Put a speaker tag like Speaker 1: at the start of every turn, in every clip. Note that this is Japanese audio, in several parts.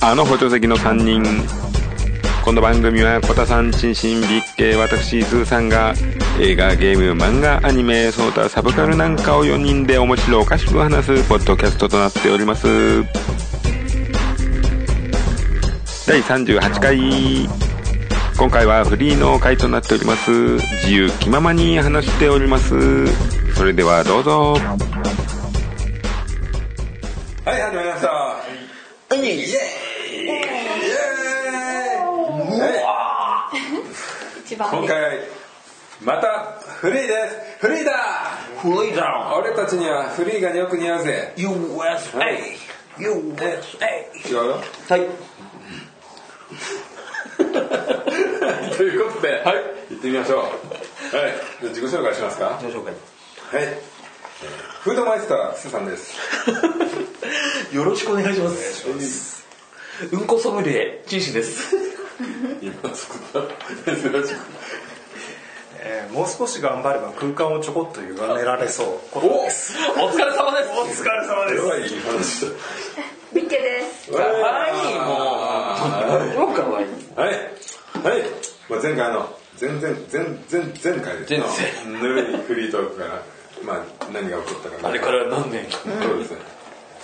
Speaker 1: あの補助席の3人この番組はコタさん珍心美系私スーさんが映画ゲーム漫画アニメその他サブカルなんかを4人で面白おかしく話すポッドキャストとなっております第38回今回はフリーの回となっております自由気ままに話しておりますそれではどうぞはい始まりました
Speaker 2: イエーイイエーイ
Speaker 3: 一番
Speaker 1: 今
Speaker 3: で
Speaker 1: 回またフリーですフリーだ
Speaker 2: フリーダ
Speaker 1: 俺たちにはフリーがよく似合うぜ
Speaker 2: ウン USA
Speaker 1: は
Speaker 2: USA
Speaker 1: 違うよ
Speaker 2: はい
Speaker 1: ということで、はい、行ってみましょう。はい、じゃあ自己紹介しますか。はい、
Speaker 2: ご紹介
Speaker 1: フードマイスター、すーさんです。
Speaker 2: よろしくお願いしますうんこソムリエ陳志です
Speaker 1: 今作った。珍しく。
Speaker 4: えーもう少し頑張れば空間をちょこっと歪められそうことです
Speaker 2: お疲れ様です
Speaker 4: お疲れ様
Speaker 1: こ
Speaker 4: で
Speaker 1: れ
Speaker 4: す
Speaker 1: はいい話だ。
Speaker 3: ビッケです
Speaker 2: かわいいもうもうかわいい
Speaker 1: はい、はい、まあ、前回の、前々、前前前回ですね。ぬるいフリートークから、まあ、何が起こったか。
Speaker 2: あれから何年
Speaker 1: そうですね。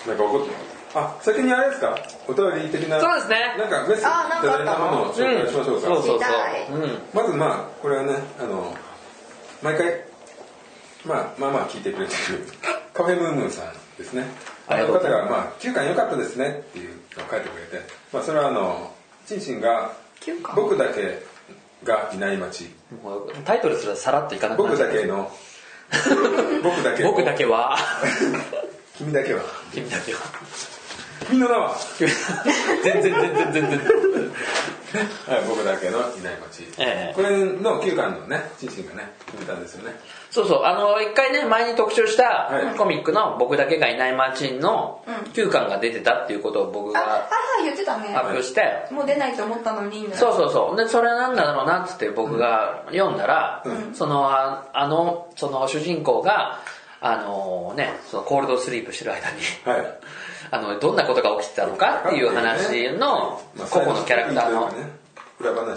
Speaker 1: なんか起こった。あ、先にあれですか。お便り的な。
Speaker 2: そうですね
Speaker 1: なんかメッセージい
Speaker 3: あな
Speaker 1: た
Speaker 3: んか
Speaker 1: だ
Speaker 3: あ
Speaker 1: い
Speaker 3: ったた
Speaker 1: ものを紹介しましょうか。
Speaker 2: そうそうそう
Speaker 3: 痛い
Speaker 2: うん
Speaker 1: まずまあこれはねあの毎回、まあ、まあまあ聞いてくれてるカフェムームーさんですねあの方が「まあ、9巻良かったですね」っていうのを書いてくれて、まあ、それはあのチンチンが
Speaker 3: 9巻
Speaker 1: 僕だけがいない街
Speaker 2: もうタイトルすらさらっといかなくな
Speaker 1: 僕
Speaker 2: っちゃ
Speaker 1: だ
Speaker 2: う
Speaker 1: け の僕だけ
Speaker 2: 僕だけは
Speaker 1: 君だけは
Speaker 2: 君だけは
Speaker 1: 君の名は
Speaker 2: 全然全然全然
Speaker 1: はい、僕だけのいない街、
Speaker 2: ええ
Speaker 1: これの9巻のねチンチンがね見たんですよね
Speaker 2: そうそうあの一回ね前に特集した
Speaker 1: はい
Speaker 2: コミックの「僕だけがいない街」の
Speaker 3: うん
Speaker 2: 9巻が出てたっていうことを僕
Speaker 3: あ、はい
Speaker 2: が
Speaker 3: はい言ってたね
Speaker 2: 発表して
Speaker 3: もう出ないと思ったのにみたいな
Speaker 2: そうそうそうでそれは何だろうなっつって僕が読んだらそのああのその主人公があのねそのコールドスリープしてる間に
Speaker 1: はい
Speaker 2: あのどんなことが起きてたのかっていう話の
Speaker 1: まあ
Speaker 2: 個々のキャラクター
Speaker 1: 最
Speaker 2: の
Speaker 1: 後に裏話というかね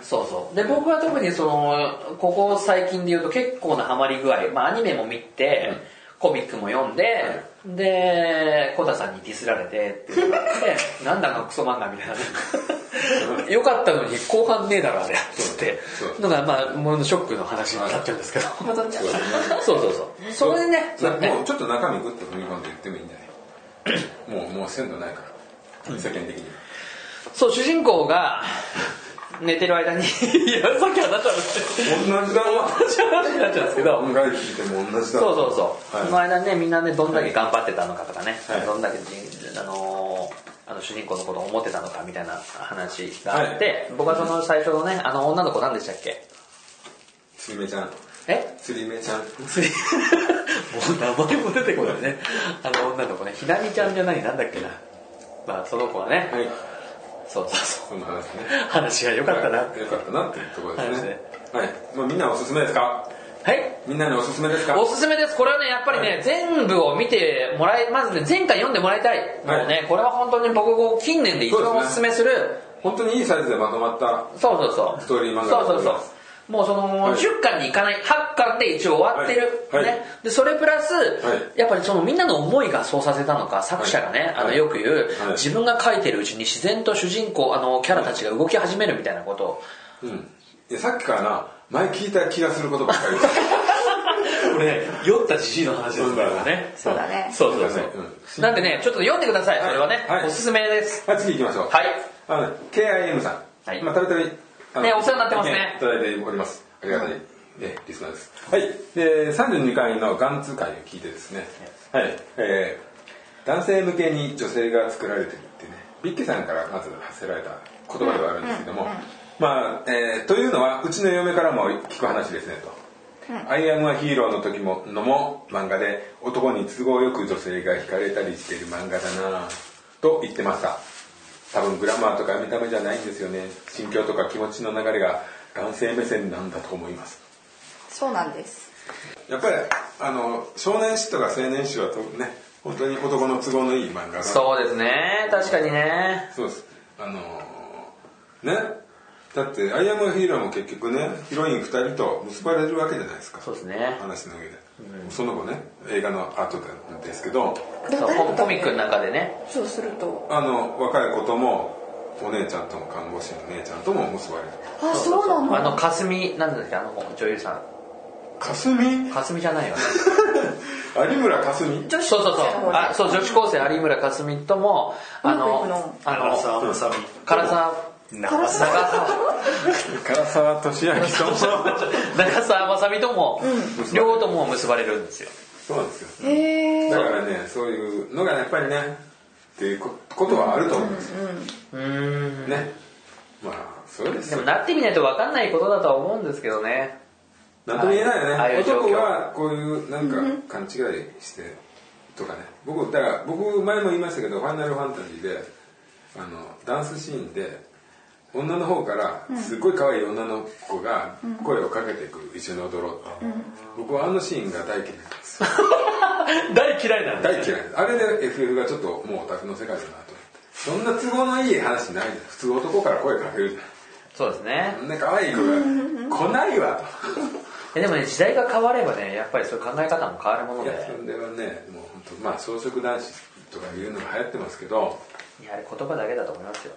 Speaker 2: そうそうで僕は特にそのここ最近で言うと結構なハマり具合、まあ、アニメも見て、コミックも読んで、でコタさんにディスられてっていうのがあ ってなんだあのクソ漫画みたいなよかったのに後半ねえだろあれっつって
Speaker 1: そう
Speaker 2: のがまあものショックの話になっちゃうんですけど
Speaker 3: 戻っちゃっ
Speaker 1: そう
Speaker 3: た
Speaker 1: ですね
Speaker 2: そうそうそうそれでね
Speaker 1: な
Speaker 2: ね
Speaker 1: もうちょっと中身グッと踏み込んで言ってもいいんじゃないもうもう鮮度ないから世間的に
Speaker 2: そう主人公が寝てる間に いやさっき話したのって
Speaker 1: 同じだわ
Speaker 2: 話になっちゃうんですけど
Speaker 1: 音楽聞いても同じだ
Speaker 2: そうそうそう、
Speaker 1: はい
Speaker 2: その間ねみんなねどんだけ頑張ってたのかとかね、
Speaker 1: はい
Speaker 2: どんだけじあのーあの主人公のことを思ってたのかみたいな話があって、
Speaker 1: は
Speaker 2: 僕はその最初のねあの女の子何でしたっけ
Speaker 1: つりめちゃん
Speaker 2: え
Speaker 1: つりめちゃん
Speaker 2: つりもう名前も出てこないねあの女の子ねひなみちゃんじゃないなんだっけなまあその子はね、
Speaker 1: はい
Speaker 2: そうそうそう
Speaker 1: この話ね
Speaker 2: 話が良かったな
Speaker 1: よかったなっていうところですね
Speaker 2: は
Speaker 1: はいもうみんなおすすめですか
Speaker 2: はい
Speaker 1: みんなにおすすめですか
Speaker 2: おすすめです。これはね、やっぱりね、全部を見てもらい、まずね、前回読んでもらいたい。
Speaker 1: はい
Speaker 2: もうね、これは本当に僕こう、近年で一番
Speaker 1: そう
Speaker 2: お
Speaker 1: ですね
Speaker 2: すすめする、
Speaker 1: 本当にいいサイズでまとまった
Speaker 2: そうそうそう。
Speaker 1: ストーリー漫画
Speaker 2: そ
Speaker 1: だと
Speaker 2: うそうそ
Speaker 1: 思いま
Speaker 2: う。もうその、
Speaker 1: はい
Speaker 2: 10巻にいかない、8巻で一応終わってる。
Speaker 1: はいはい
Speaker 2: ね。で、それプラス、
Speaker 1: い
Speaker 2: やっぱりそのみんなの思いがそうさせたのか、作者がね、
Speaker 1: はい
Speaker 2: あの、よく言う、
Speaker 1: はい
Speaker 2: 自分が書いてるうちに自然と主人公、あの、キャラたちが動き始めるみたいなことを。
Speaker 1: うんいやさっきからな前聞いた気がすることばっかりです
Speaker 2: これ、酔ったじじいの話
Speaker 1: ですねこれね
Speaker 3: そうだね
Speaker 2: そうそうそ
Speaker 1: うん
Speaker 2: う。なんでね、ちょっと読んでください、それはね。
Speaker 1: はい
Speaker 2: おすすめです。
Speaker 1: はい次行きましょう
Speaker 2: はい。
Speaker 1: あのね KIM さん、
Speaker 2: はい
Speaker 1: まあ、たびたびあの
Speaker 2: ねお世話になってますね
Speaker 1: 意見いただいておりますありがたい、えリスナーですはいで32回のガンツ会を聞いてですねはいえー男性向けに女性が作られてるってねビッケさんからまず発せられた言葉ではあるんですけども、まあ、えーというのはうちの嫁からも聞く話ですねとアイアムはヒーローの時ものも漫画で男に都合よく女性が惹かれたりしている漫画だなぁと言ってました多分グラマーとか見た目じゃないんですよね心境とか気持ちの流れが男性目線なんだと思います
Speaker 3: そうなんです
Speaker 1: やっぱりあの少年誌とか青年誌はとね本当に男の都合のいい漫画が
Speaker 2: そうですね確かにね
Speaker 1: そうですあのーねだって「アイアムヒーロー」も結局ねヒロイン2人と結ばれるわけじゃないですか
Speaker 2: そうですね
Speaker 1: 話の上で、その後ね映画の後なんですけど
Speaker 2: そうココミックの中でね
Speaker 3: そうすると
Speaker 1: あの若い子ともお姉ちゃんとも看護師の姉ちゃんとも結ばれる
Speaker 3: あそうなの
Speaker 2: あの霞なんだっけあの子女優さん
Speaker 1: 霞
Speaker 2: 霞じゃないよね
Speaker 1: 有村霞
Speaker 3: 女子
Speaker 2: そうそうそう
Speaker 3: 高生の方
Speaker 2: あそう女子高生有村架純ともあ
Speaker 3: うまくい
Speaker 2: の
Speaker 3: く
Speaker 2: あ
Speaker 4: 長
Speaker 2: の
Speaker 4: 澤まさみ
Speaker 2: 唐沢
Speaker 4: 長
Speaker 2: 長
Speaker 4: 澤
Speaker 2: 澤
Speaker 1: 唐沢俊明とも
Speaker 2: 長澤まさみとも両方とも結ばれるんですよ
Speaker 1: そうなんですよ
Speaker 3: へえ
Speaker 1: だからねそういうのがやっぱりねっていうこことはあると思うんですよ、
Speaker 2: うーん
Speaker 1: ねまあそうです
Speaker 2: で
Speaker 1: よ
Speaker 2: もなってみないと分かんないことだとは思うんですけどね
Speaker 1: なんとも言えないよね、
Speaker 2: ああいう状況
Speaker 1: 男はこういうなんか勘違いしてとかね僕だから僕前も言いましたけど「ファイナルファンタジーで」あのダンスシーンで女の方からすっごい可愛い女の子が声をかけてくる一緒に踊ろうって、僕はあのシーンが大嫌いなんです
Speaker 2: 大嫌いなん
Speaker 1: 大嫌いですあれで FF がちょっともうオタクの世界だなと思ってそんな都合のいい話ないじゃん普通男から声かけるじ
Speaker 2: そうですね
Speaker 1: ゃんあんな可愛い子が来ないわと。
Speaker 2: えでもね時代が変わればねやっぱりそういう考え方も変わるもの
Speaker 1: い
Speaker 2: で
Speaker 1: やそれはねもう本当まあ草食男子とかいうのが流行ってますけど
Speaker 2: やはり言葉だけだと思いますよ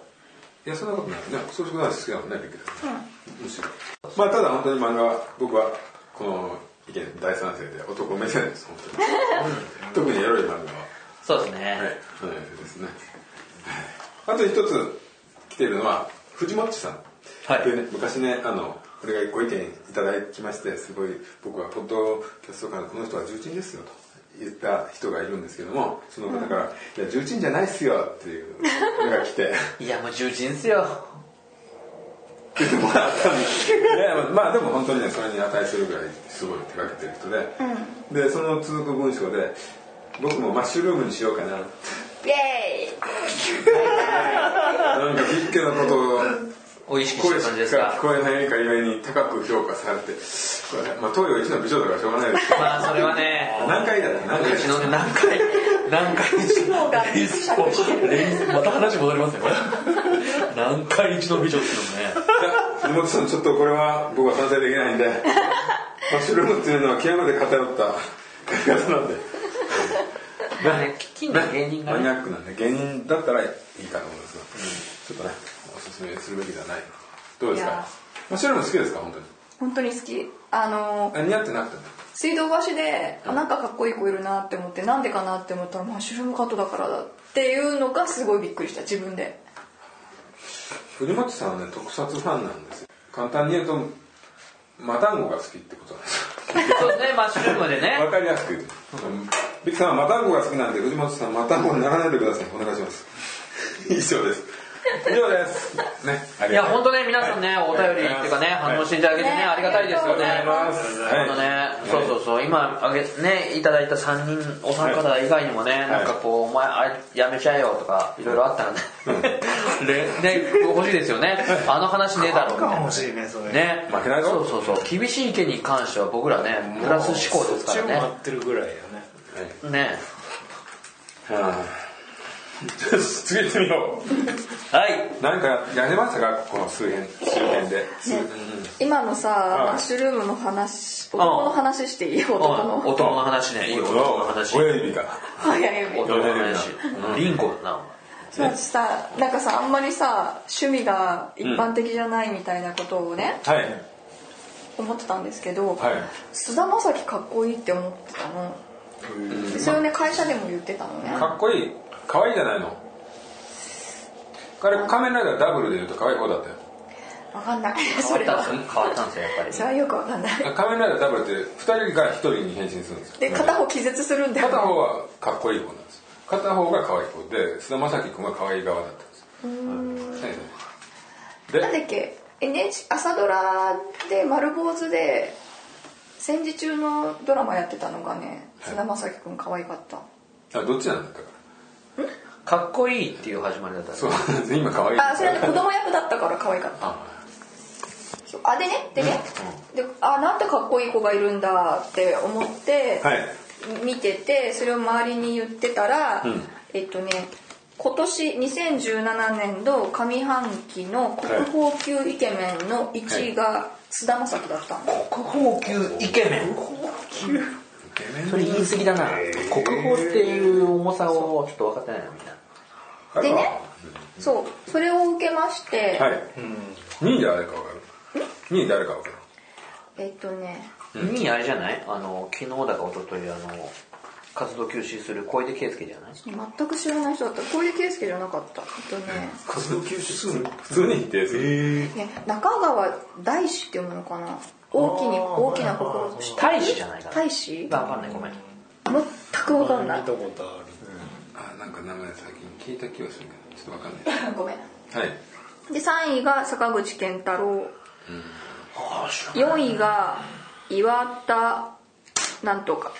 Speaker 1: いやそんなことないね草食男子好きだもんねビッグダね、むしろまあただ本当に漫画は僕はこの意見大賛成で男目線です本当に特にエロい漫画は
Speaker 2: そうですね、
Speaker 1: はいそうですねあと一つ来てるのは藤本さん
Speaker 2: はい
Speaker 1: というね昔ねあのこれがご意見いただきましてすごい僕はポッドキャストからこの人は重鎮ですよと言った人がいるんですけどもその方から「いや重鎮じゃないっすよ」っていうのが来て
Speaker 2: いやもう重鎮っすよ
Speaker 1: 言ってもらったんですいやいやまあでも本当にねそれに値するぐらいすごい手がけてる人で、でその続く文章で「僕もマッシュルームにしようかな」
Speaker 3: イエー
Speaker 1: なんかビッケのことを
Speaker 2: を意識して
Speaker 1: 声
Speaker 2: る
Speaker 1: し
Speaker 2: 感じです
Speaker 1: か
Speaker 2: か
Speaker 1: 聞こえないかゆえに高く評価されてこれ、まあ、東洋一の美女とかしょうがないですけど
Speaker 2: まあそれはね
Speaker 1: 何回だった何回
Speaker 2: うちのね何回何回一
Speaker 3: のが
Speaker 2: 連連また話戻りますねこれ何回一の美女っていうのもね
Speaker 1: 藤本さんちょっとこれは僕は賛成できない んでマッシュルームっていうのは極めて偏ったやり方なんで
Speaker 2: まあね近年芸人が
Speaker 1: マニ
Speaker 2: ね
Speaker 1: アックなんで芸人だったらいいかと思いますが、ちょっとねおすすめするべきではないどうです
Speaker 3: い
Speaker 1: か
Speaker 3: や
Speaker 1: マッシュルーム好きですか本当に
Speaker 3: イ本当に好きあの
Speaker 1: あ似合ってなくても
Speaker 3: 水道橋であなんかかっこいい子いるなって思ってなんでかなって思ったらマッシュルームカットだからだっていうのがすごいびっくりした自分で
Speaker 1: 藤本さんはね特撮ファンなんですよ簡単に言うとマタンゴが好きってことなんですよ
Speaker 2: そうですねマッシュルームでね
Speaker 1: わかりやすく言うと、ビクさんはマタンゴが好きなんで藤本さんマタンゴにならないでくださいお願いします以上です以上ですねあ
Speaker 2: い
Speaker 1: り
Speaker 2: や
Speaker 1: がとう
Speaker 2: 本当ね皆さんねお便りっていうかね反応していただけてね
Speaker 3: ね
Speaker 2: ありがたいですよね
Speaker 3: ありがとうございます
Speaker 2: 本当ねそうそうそう今あげねいただいた3人お三方以外にもねなんかこうお前あやめちゃえよとかいろいろあったらね ね欲しいですよねあの話ねえだろみたい
Speaker 4: が
Speaker 2: な
Speaker 4: 欲しいねそれ
Speaker 2: ね、
Speaker 1: 負けないぞ
Speaker 2: そうそうそう厳しい意見に関しては僕らねプラス思考ですか
Speaker 4: そっちを
Speaker 2: ら
Speaker 4: 待ってるぐらいよね
Speaker 2: ねね
Speaker 1: はあよし次行ってみよ
Speaker 2: はい、
Speaker 1: うなんかやりましたかこの数編数編で、
Speaker 3: ね今のさ
Speaker 1: い
Speaker 3: マッシュルームの話男の話していい男
Speaker 2: うん、
Speaker 3: の
Speaker 2: 男の話ねいい男の話
Speaker 1: 親指が
Speaker 3: 早いよ
Speaker 2: 男の話リンゴだな
Speaker 3: そう私さなんかさあんまりさ趣味が一般的じゃないみたいなことをね、
Speaker 1: はい
Speaker 3: 思ってたんですけど
Speaker 1: はい
Speaker 3: 菅、田将暉かっこいいって思ってたのでそれをね会社でも言ってたのね
Speaker 1: かっこいい可愛いじゃないの彼仮面ライダーダブルで言うと可愛い方だったよ
Speaker 3: わかんないそれ
Speaker 2: 変わったん
Speaker 3: は
Speaker 2: ですよ変わったんですよやっぱり
Speaker 3: それはよくわかんない
Speaker 1: 仮面ライダーダブルって2人が1人に変身するんですよ
Speaker 3: で片方気絶するんだよ
Speaker 1: 片方はかっこいい方なんです片方が可愛い方で菅田将暉君は可愛い側だったんですはいで
Speaker 3: なんだっけ NH 朝ドラで丸坊主で戦時中のドラマやってたのがね菅田将暉くん可愛かった
Speaker 1: あどっちなんだったか
Speaker 2: かっこいいっていう始まりだったんです
Speaker 1: そう今可愛い
Speaker 3: あそれはね子供役だったから可愛かった
Speaker 1: あ
Speaker 3: そうあでねでね、であなんてかっこいい子がいるんだって思って、
Speaker 1: はい
Speaker 3: 見ててそれを周りに言ってたら、
Speaker 1: ん
Speaker 3: えっとね今年2017年度上半期の国宝級イケメンの1位が菅田将暉だったんです、
Speaker 2: 国宝級イケメン
Speaker 1: イケメン
Speaker 2: それ言い過ぎだな国宝っていう重さをちょっと分かってないなみんな
Speaker 1: あれ
Speaker 3: で
Speaker 1: は
Speaker 3: ねそうそれを受けまして、
Speaker 1: はい2位誰かわかる2位誰かわかる
Speaker 3: えっとね
Speaker 2: 意味あれじゃないあの昨日だか一昨日あの活動休止する小出圭介じゃない
Speaker 3: 全く知らない人だった小出圭介じゃなかったえっとね
Speaker 4: 活動休止する
Speaker 1: 普通に否定する
Speaker 4: え
Speaker 3: ね中川大志って読むのかな大きに大きな心知ってる
Speaker 2: 大志じゃないかな
Speaker 3: 大志
Speaker 2: わかんないごめん
Speaker 3: 全く分かんない
Speaker 4: 見たことある
Speaker 1: あなんか名前最近聞いた気がするけどちょっとわかんな
Speaker 3: ごめん
Speaker 1: いはい
Speaker 3: で3位が坂口健太郎
Speaker 2: ああ知らない
Speaker 3: 4位が岩田なんとか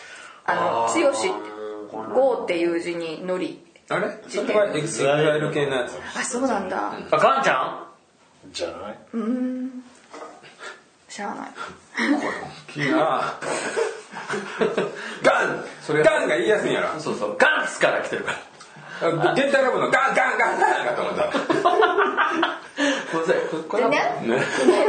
Speaker 3: あの
Speaker 2: あー
Speaker 3: 剛って剛っていう字にのり
Speaker 1: あれそれはエグザイル系のやつ
Speaker 3: あそうなんだ
Speaker 2: あガンちゃ
Speaker 4: じゃない
Speaker 3: 知らない
Speaker 1: キーな ガンそれガンが言いやすいんやろ
Speaker 2: んそうそうガンツから来てる から
Speaker 1: 現代ラブのガンガンガンガンかと思った
Speaker 2: ごめんなさいここ
Speaker 3: で
Speaker 2: れは
Speaker 3: ね
Speaker 1: ね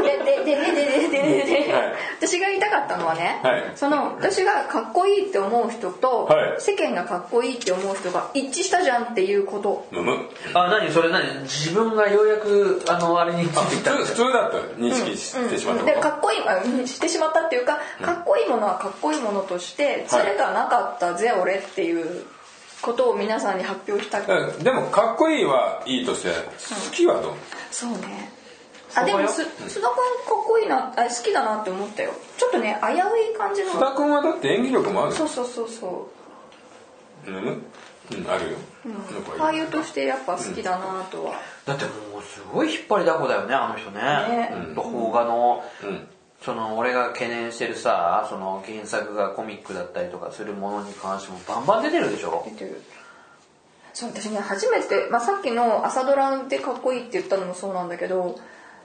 Speaker 3: ででででででででで
Speaker 1: はい
Speaker 3: 私が言いたかったのはね、
Speaker 1: はい
Speaker 3: その私がかっこいいって思う人と、
Speaker 1: はい
Speaker 3: 世間がかっこいいって思う人が一致したじゃんっていうこと
Speaker 1: むむ
Speaker 2: あ何それ何自分がようやくあのあれについて
Speaker 1: 普
Speaker 2: きた
Speaker 1: 通普通だと認識してしまった
Speaker 3: で
Speaker 1: こ
Speaker 3: かっこいいあうんしてしまったっていうかかっこいいものはかっこいいものとして「ズレがなかったぜ俺」っていうことを皆さんに発表したく
Speaker 1: とうんでもかっこいいはいいとして好きはどう
Speaker 3: そうねあでもす須田君かっこいいなあ好きだなって思ったよちょっとね危うい感じの
Speaker 1: 須田君はだって演技力もある
Speaker 3: そうそうそうそう
Speaker 1: むむうんあるよ
Speaker 3: 俳優としてやっぱ好きだなとは、
Speaker 2: だってもうすごい引っ張りだこだよねあの人ね
Speaker 3: ね
Speaker 2: うん邦画の、
Speaker 1: うん
Speaker 2: その俺が懸念してるさその原作がコミックだったりとかするものに関してもバンバン出てるでしょ
Speaker 3: 出てるそう私ね初めて、まあ、さっきの朝ドラでかっこいいって言ったのもそうなんだけど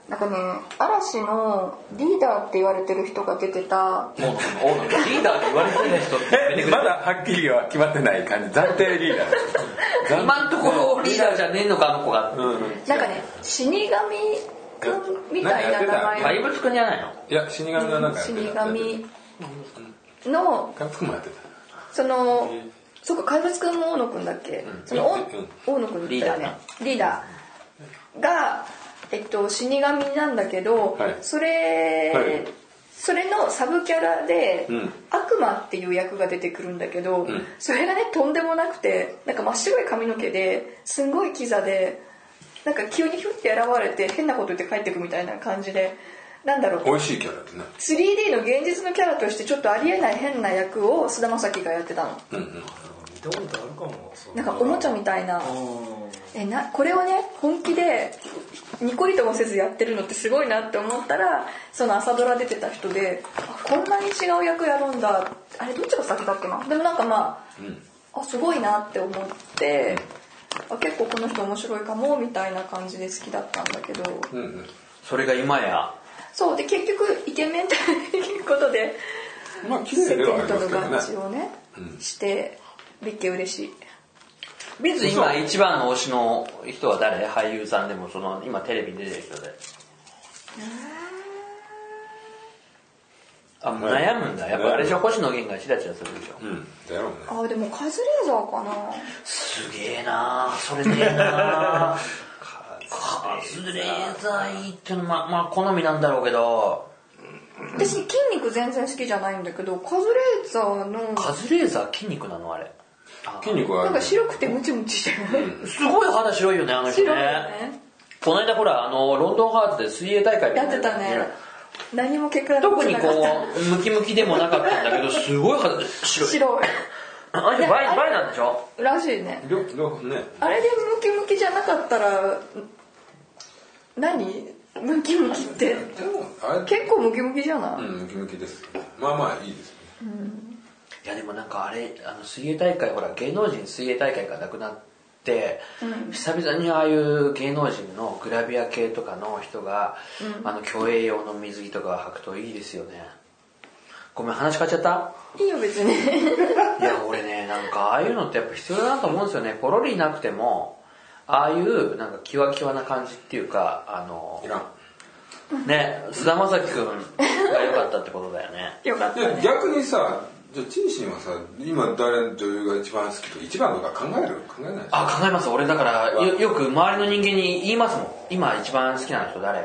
Speaker 3: なんかね嵐のリーダーって言われてる人が出てた
Speaker 2: 大野君大野君リーダーって言われてない人って
Speaker 1: えまだはっきりは決まってない感じ暫定リーダー
Speaker 2: 今んところリーダーじゃねえのかあの子が
Speaker 3: なんかね死神くんみたいな名
Speaker 1: 何やってた
Speaker 3: 前
Speaker 2: 怪物くんじゃないの
Speaker 1: いや死神の中
Speaker 3: 死
Speaker 1: 監
Speaker 3: 神の
Speaker 1: 督もやってた
Speaker 3: そのそっか怪物くんも大野くんだっけ、そのお大野くんだったよねリーダーが、えっと、死神なんだけど、
Speaker 1: はい
Speaker 3: それ、
Speaker 1: はい
Speaker 3: それのサブキャラで、
Speaker 1: うん
Speaker 3: 悪魔っていう役が出てくるんだけど、
Speaker 1: ん
Speaker 3: それがねとんでもなくてなんか真っ白い髪の毛ですんごいキザでなんか急にヒュッて現れて変なこと言って帰ってくみたいな感じでなんだろう
Speaker 1: 美味しいキャラだね
Speaker 3: 3D の現実のキャラとしてちょっとありえない変な役を菅田将暉がやってたの。
Speaker 1: うんうん
Speaker 4: 見たことあるかもそ
Speaker 3: なんかおもちゃみたいなえなこれをね本気でニコリともせずやってるのってすごいなって思ったらその朝ドラ出てた人であこんなに違う役やるんだあれどっちが先だっけなでもなんかまああすごいなって思ってあ結構この人面白いかもみたいな感じで好きだったんだけど
Speaker 1: うんうん
Speaker 2: それが今や
Speaker 3: そうで結局イケメンという ことで
Speaker 1: まあ綺
Speaker 3: 世
Speaker 1: 麗ではあ
Speaker 3: 間
Speaker 1: りま
Speaker 3: との
Speaker 1: すけど
Speaker 3: 合
Speaker 1: ね
Speaker 3: 致をねしてビッケ嬉しい
Speaker 2: ビズ今一番の推しの人は誰俳優さんでもその今テレビに出てる人であもう悩むんだやっぱあれでしょ星野源がチラチラするでしょ
Speaker 1: うんだろうね
Speaker 3: あでもカズレーザーかな
Speaker 2: すげえなあそれねえなあカズレーザーいいってのまあまあ好みなんだろうけど
Speaker 3: 私筋肉全然好きじゃないんだけどカズレーザーの
Speaker 2: カズレーザー筋肉なのあれ
Speaker 1: 筋肉は
Speaker 3: な
Speaker 1: あ
Speaker 3: ん
Speaker 1: る
Speaker 3: か白くてムチムチしてる
Speaker 2: すごい肌白いよねあの人
Speaker 3: 白い
Speaker 2: ね
Speaker 3: よね
Speaker 2: この間ほらあのロンドンハーツで水泳大会
Speaker 3: やってたね何も結果が
Speaker 2: 特
Speaker 3: 残
Speaker 2: に
Speaker 3: らな
Speaker 2: こ
Speaker 3: かった
Speaker 2: うムキムキでもなかったんだけどすごい肌白 い
Speaker 3: 白
Speaker 2: あれ
Speaker 3: ね
Speaker 2: 倍
Speaker 3: あれ
Speaker 2: 倍なんでしょ
Speaker 3: いらしいね
Speaker 1: 両両方ね
Speaker 3: あれでムキムキじゃなかったら何ムキムキって
Speaker 1: でもあれ
Speaker 3: 結構ムキムキじゃな
Speaker 1: う
Speaker 3: い、
Speaker 1: んムキムキですけどまあまあいいですよね
Speaker 2: いやでもなんかあれあの水泳大会ほら芸能人水泳大会がなくなっって、久々にああいう芸能人のグラビア系とかの人が、あの競泳用の水着とかを履くといいですよねごめん話変わっちゃった
Speaker 3: いいよ別に
Speaker 2: いや俺ねなんかああいうのってやっぱ必要だなと思うんですよねポロリなくてもああいうなんかキワキワな感じっていうかあの
Speaker 1: いらん
Speaker 2: ね菅田将暉君が良かったってことだよね
Speaker 3: よかった
Speaker 1: いや
Speaker 3: ね
Speaker 1: 逆にさじゃあチンシンはさ今誰女優が一番好きとか一番とか考える考えない
Speaker 2: あ考えます俺だからよよく周りの人間に言いますもん今一番好きな人誰っ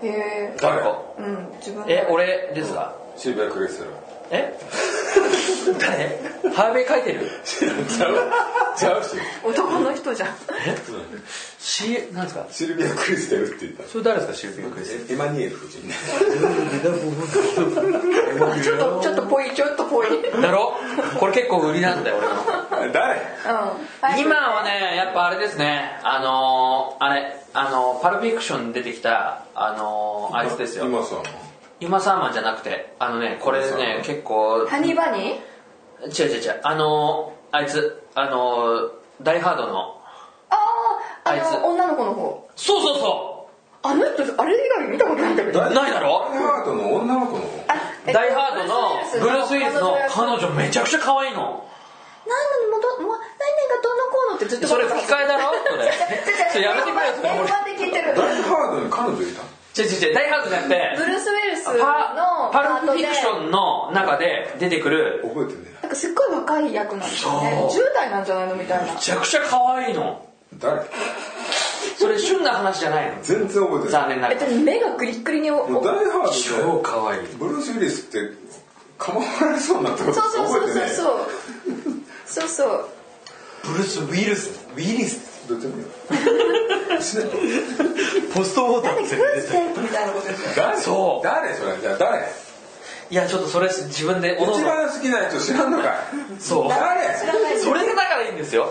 Speaker 2: て
Speaker 3: へえ
Speaker 1: 誰
Speaker 2: なんか
Speaker 3: うん自分
Speaker 2: え俺ですか
Speaker 1: シルビア・クレステル
Speaker 2: え誰ハーベイ書いてる
Speaker 1: ちゃう違うし
Speaker 3: 男の人じゃん
Speaker 2: しなんですか
Speaker 1: シルビア・クリステルって言った
Speaker 2: それ誰ですかシルビア・クリス
Speaker 1: えエマニュエル夫人ね
Speaker 3: ちょっとちょっとぽいちょっとぽいうん
Speaker 2: だろこれ結構売りなんだよ俺の
Speaker 1: 誰
Speaker 3: はい
Speaker 2: 今はねやっぱあれですねあのー、あれあのーパルプフィクションに出てきたあのー、あいつですよ
Speaker 1: 今さ
Speaker 2: 今サーマンじゃなくてあのねこれ
Speaker 1: 今サーマ
Speaker 2: ね
Speaker 1: ン
Speaker 2: 結構
Speaker 3: ハニーバニー
Speaker 2: 違う違う違うあのー、あいつあのー、ダイハードの
Speaker 3: あああ
Speaker 2: あいつ
Speaker 3: の女の子の方
Speaker 2: そうそうそ
Speaker 3: あの人あれ以外見たことないんだけ
Speaker 2: う
Speaker 3: ど
Speaker 2: ないだろ
Speaker 1: ダイハードの女の子の
Speaker 3: あえっと
Speaker 2: ダイハードのブルース・ウィリスの彼女めちゃくちゃ可愛いの
Speaker 3: 何のもともう何年がどうのこうのってずっと
Speaker 2: それ吹き替え だろそれそれやめてくれ
Speaker 3: 電
Speaker 2: よそれ
Speaker 3: 話で聞いてる
Speaker 1: ダイハードに彼女いた
Speaker 2: 違う違う違うダイハードじゃなくて
Speaker 3: ブルース・ウィルスの
Speaker 2: パパルプフィクシ
Speaker 3: ン
Speaker 2: ョンの中で出てくる
Speaker 1: 覚えてね
Speaker 3: なんかすっごい若い役なんですよね
Speaker 2: そう
Speaker 3: 10代なんじゃないのみたいな
Speaker 2: めちゃくちゃ可愛いの
Speaker 1: え誰
Speaker 2: それ旬な話じゃないの
Speaker 1: 全然覚えてない
Speaker 2: 残念なが
Speaker 3: えっ
Speaker 2: ら
Speaker 3: と目がグリッグリにお
Speaker 1: もうダイハード
Speaker 2: 超可愛い
Speaker 1: でブルース・ウィリスって構われそうになったこと
Speaker 3: そうそうそう
Speaker 1: 覚えて
Speaker 3: そう
Speaker 1: ね
Speaker 3: そうそうそう
Speaker 4: ブルース・ウィルスウィリス
Speaker 1: どっちでもいいよしないと
Speaker 4: ポストウォーター
Speaker 3: 何グ
Speaker 4: って
Speaker 3: ーステみたいなことですよ
Speaker 1: 誰
Speaker 2: そう
Speaker 1: 誰それじゃあ誰
Speaker 2: いやちょっとそれ自分でおのお
Speaker 1: 一
Speaker 2: の
Speaker 1: 番好きな人知らんのかい
Speaker 2: そう
Speaker 1: 誰
Speaker 3: 知らないです
Speaker 2: それがだからいいんですよ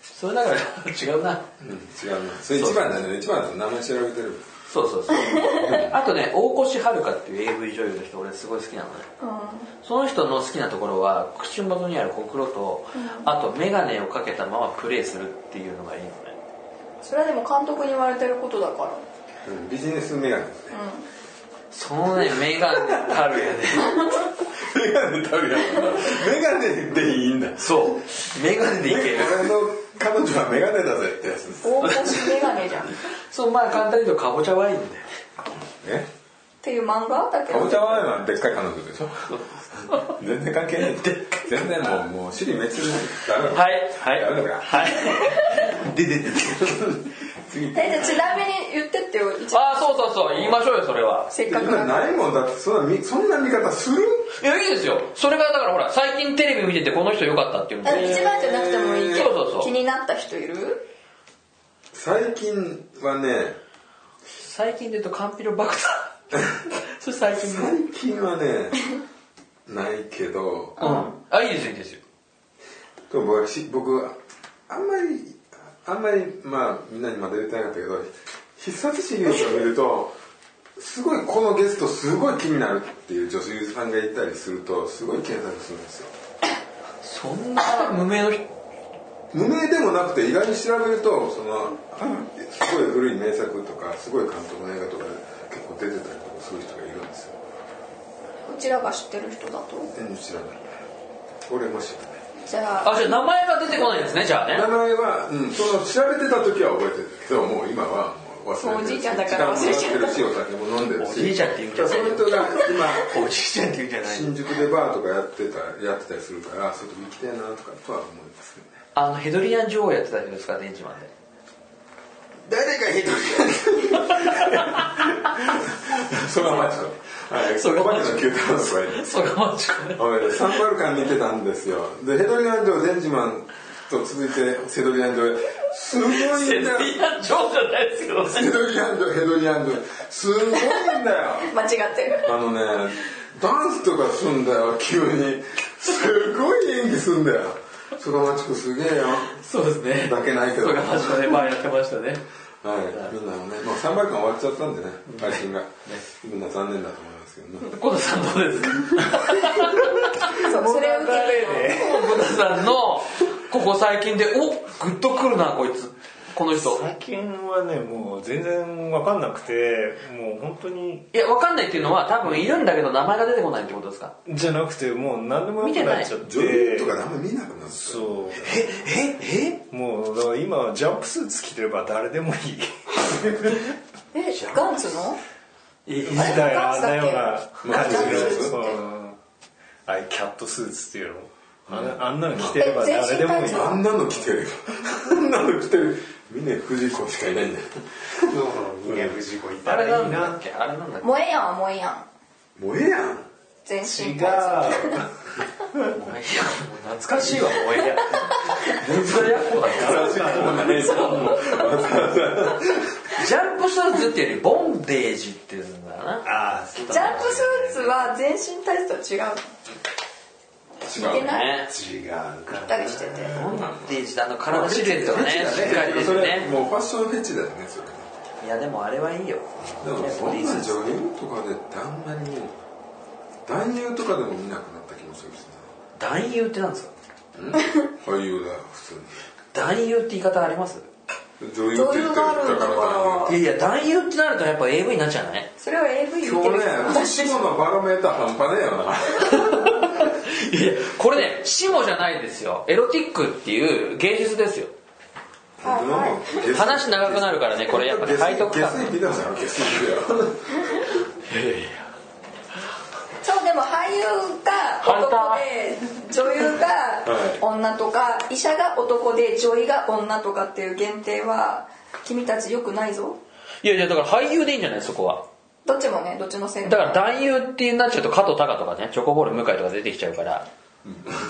Speaker 2: それだから違うな
Speaker 1: うん違うなそれ一番だね一番だと名前調べてる
Speaker 2: そうそうそう あとね大越遥香っていう AV 女優の人俺すごい好きなのねその人の好きなところは口元にあるほくろと、あと眼鏡をかけたままプレイするっていうのがいいのね
Speaker 3: それはでも監督に言われてることだか ら
Speaker 1: うんビジネスメガネだね
Speaker 2: そのね眼鏡たるやね
Speaker 1: メガネ食べやメガネでいいんだ
Speaker 2: そう眼鏡でいける
Speaker 1: 俺の彼女はメガネだぜってやつです
Speaker 3: 大腰メガネじゃんっ
Speaker 2: そうまあ簡単に言うとかぼちゃワインだよ
Speaker 1: え
Speaker 3: ていう漫画だけ
Speaker 1: か
Speaker 3: ど
Speaker 1: ぼちゃワインはでっかい彼女でしょ全然関係ない全然もうもう尻滅するダメだ
Speaker 2: はいはい
Speaker 1: ダメだか
Speaker 2: はい
Speaker 1: らでででで次
Speaker 3: えじゃあちなみに言ってってよ一応
Speaker 2: ああそうそうそう言いましょうよそれは
Speaker 3: せっかく
Speaker 1: 今
Speaker 3: な
Speaker 1: ないもんだってそんな見そんな見方する
Speaker 2: いやいいですよそれがだからほら最近テレビ見ててこの人良かったっていうん
Speaker 3: あ
Speaker 2: で
Speaker 3: 一番じゃなくてもいいけ
Speaker 2: そうそうそ
Speaker 3: ど
Speaker 2: う
Speaker 3: 気になった人いる
Speaker 1: 最近はね
Speaker 2: 最近で言うとカンピロバクタ ーそれ最近です
Speaker 1: 最近はねないけど
Speaker 2: うんあいいですよいいですよ
Speaker 1: でも私僕あんまりあんまりまあみんなにまだ言ってなかったけど必殺シリーズを見るとすごいこのゲストすごい気になるっていう女優さんがいたりするとすごい検索するんですよ
Speaker 2: そんな無名の人
Speaker 1: 無名でもなくて意外に調べるとそのあすごい古い名作とかすごい監督の映画とかで結構出てたりとかする人がいるんですよ
Speaker 3: こちらが知ってる人だと
Speaker 1: 全然知らない俺も知らない
Speaker 3: じゃあ
Speaker 2: あじゃあ名前が出てこないんですねじゃあね
Speaker 1: 名前は、うん、その調べてた時は覚えてるけどもう今はもう忘れてる
Speaker 3: おじいちゃんだから忘れちゃった
Speaker 1: 時間も経ってるしお酒も飲んでるし
Speaker 2: おじいちゃんって言うんじゃない
Speaker 1: その人が今
Speaker 2: おじいちゃんって言うんじゃない
Speaker 1: 新宿でバーとかやってたやってたりするからちょっと行きたいなとかとは思いますけどね
Speaker 2: あのヘドリアン女王やってた人ですか電池マンで
Speaker 1: 誰がヘドリアンそこはマチコはい
Speaker 2: そこはマ
Speaker 1: マ
Speaker 2: チ
Speaker 1: チ
Speaker 2: コ
Speaker 1: コ9タウンスはい
Speaker 2: それマジかね
Speaker 1: はいサンバルカン見てたんですよでヘドリアン城デンジマンと続いてセドリアン城へすごい
Speaker 2: ヘ
Speaker 1: んだ
Speaker 2: ド
Speaker 1: よ
Speaker 2: リアン女王じゃないですけどね
Speaker 1: ヘドリアンドヘドリアンドすごいんだよ
Speaker 3: 間違って る
Speaker 1: あのねダンスとかすんだよ急にすごい演技すんだよそこまちこすげえよ
Speaker 2: そうですね
Speaker 1: だけないけど
Speaker 2: それがマジで前やってましたね
Speaker 1: はいみんなもねもう3倍間終わっちゃったんでね配信がみんな残念だと思いますけどね
Speaker 2: 小田さんどうですか
Speaker 3: そうそれを受けて
Speaker 2: 小田さんのここ最近でおグッとくるなこいつこの人
Speaker 4: 最近はねもう全然わかんなくてもう本当に
Speaker 2: いやわかんないっていうのは多分いるんだけど名前が出てこないってことですか
Speaker 4: じゃなくてもう何でもよくなっちゃっ
Speaker 1: ジョ
Speaker 4: て
Speaker 1: ブとかあんま見なくなって
Speaker 4: そう
Speaker 2: えええ
Speaker 4: もうだから今ジャンプスーツ着てれば誰でもいい
Speaker 3: えガンツの
Speaker 4: み
Speaker 3: あれ
Speaker 4: たいな
Speaker 3: ガ
Speaker 4: あ
Speaker 3: ン
Speaker 4: ん
Speaker 3: ツだっ
Speaker 4: なよ
Speaker 3: け
Speaker 4: うな感じ
Speaker 1: あジャンプスーツ
Speaker 4: で
Speaker 1: って
Speaker 4: うんあれキャットスーツっていうのあんなあんなの着てれば
Speaker 3: え全身
Speaker 4: 誰でもい
Speaker 3: タイ
Speaker 4: い
Speaker 3: ツ
Speaker 1: あんなの着てるよあんなの着てるみんな藤子しかいないんだよ
Speaker 4: そう峰不二子い
Speaker 2: あ
Speaker 4: た
Speaker 2: れ
Speaker 4: ら
Speaker 2: ない
Speaker 4: い
Speaker 2: んだっ
Speaker 4: な
Speaker 2: けあれなんだっけ
Speaker 3: 萌えやんは萌えやん
Speaker 1: もうええやん
Speaker 3: 全
Speaker 4: 違
Speaker 3: 身
Speaker 4: う
Speaker 3: タイ
Speaker 2: もういやもう懐かしいわもういや全然やっこだよ ジャンプスーツっていうよりボンデージっていうんだな
Speaker 4: ああそう
Speaker 3: ツジャンプスーツは全身タイツとは違う
Speaker 1: 違
Speaker 3: 似てない
Speaker 2: ね
Speaker 4: 違うか
Speaker 3: ぴったりしてて
Speaker 2: ボンデージだあの体シルエットがね
Speaker 1: フェ
Speaker 2: し
Speaker 1: チ
Speaker 2: っか
Speaker 1: だ
Speaker 2: り
Speaker 1: ね
Speaker 2: 出
Speaker 1: そ
Speaker 2: て
Speaker 1: れ
Speaker 2: ね
Speaker 1: もうファッションフェチだよねそれ
Speaker 2: いやでもあれはいいよ
Speaker 1: でもそんな女優とかでってあんまりもう男優とかでも見なくなった気もするし
Speaker 2: 男優ってなんですか
Speaker 1: な俳優だよ普
Speaker 2: 男優って言い方あります
Speaker 1: 通に女優って
Speaker 3: 女
Speaker 1: 言
Speaker 3: 優
Speaker 1: って
Speaker 3: があ
Speaker 1: る
Speaker 3: るんだ
Speaker 1: だ
Speaker 3: から
Speaker 2: いやいや男優ってなるとやっぱ AV になっちゃう ね
Speaker 3: それは AV 見て
Speaker 1: 今日
Speaker 3: る
Speaker 1: ね
Speaker 3: 私
Speaker 1: 私ものバロメーター半端ねえよない
Speaker 2: やこれねシモじゃないですよエロティックっていう芸術ですよ
Speaker 3: はいはい
Speaker 2: 話長くなるからねこれやっぱね背徳
Speaker 1: 下
Speaker 2: 感
Speaker 1: 水美男だよ下水美男だよ
Speaker 3: そうでも俳優が男で女優が女とか医者が男で女医が女とかっていう限定は君たちよくないぞ
Speaker 2: いやいやだから俳優でいいんじゃないそこは
Speaker 3: どっちもねどっちのせい
Speaker 2: だから男優ってなっちゃうと加藤隆とかねチョコボール向井とか出てきちゃうから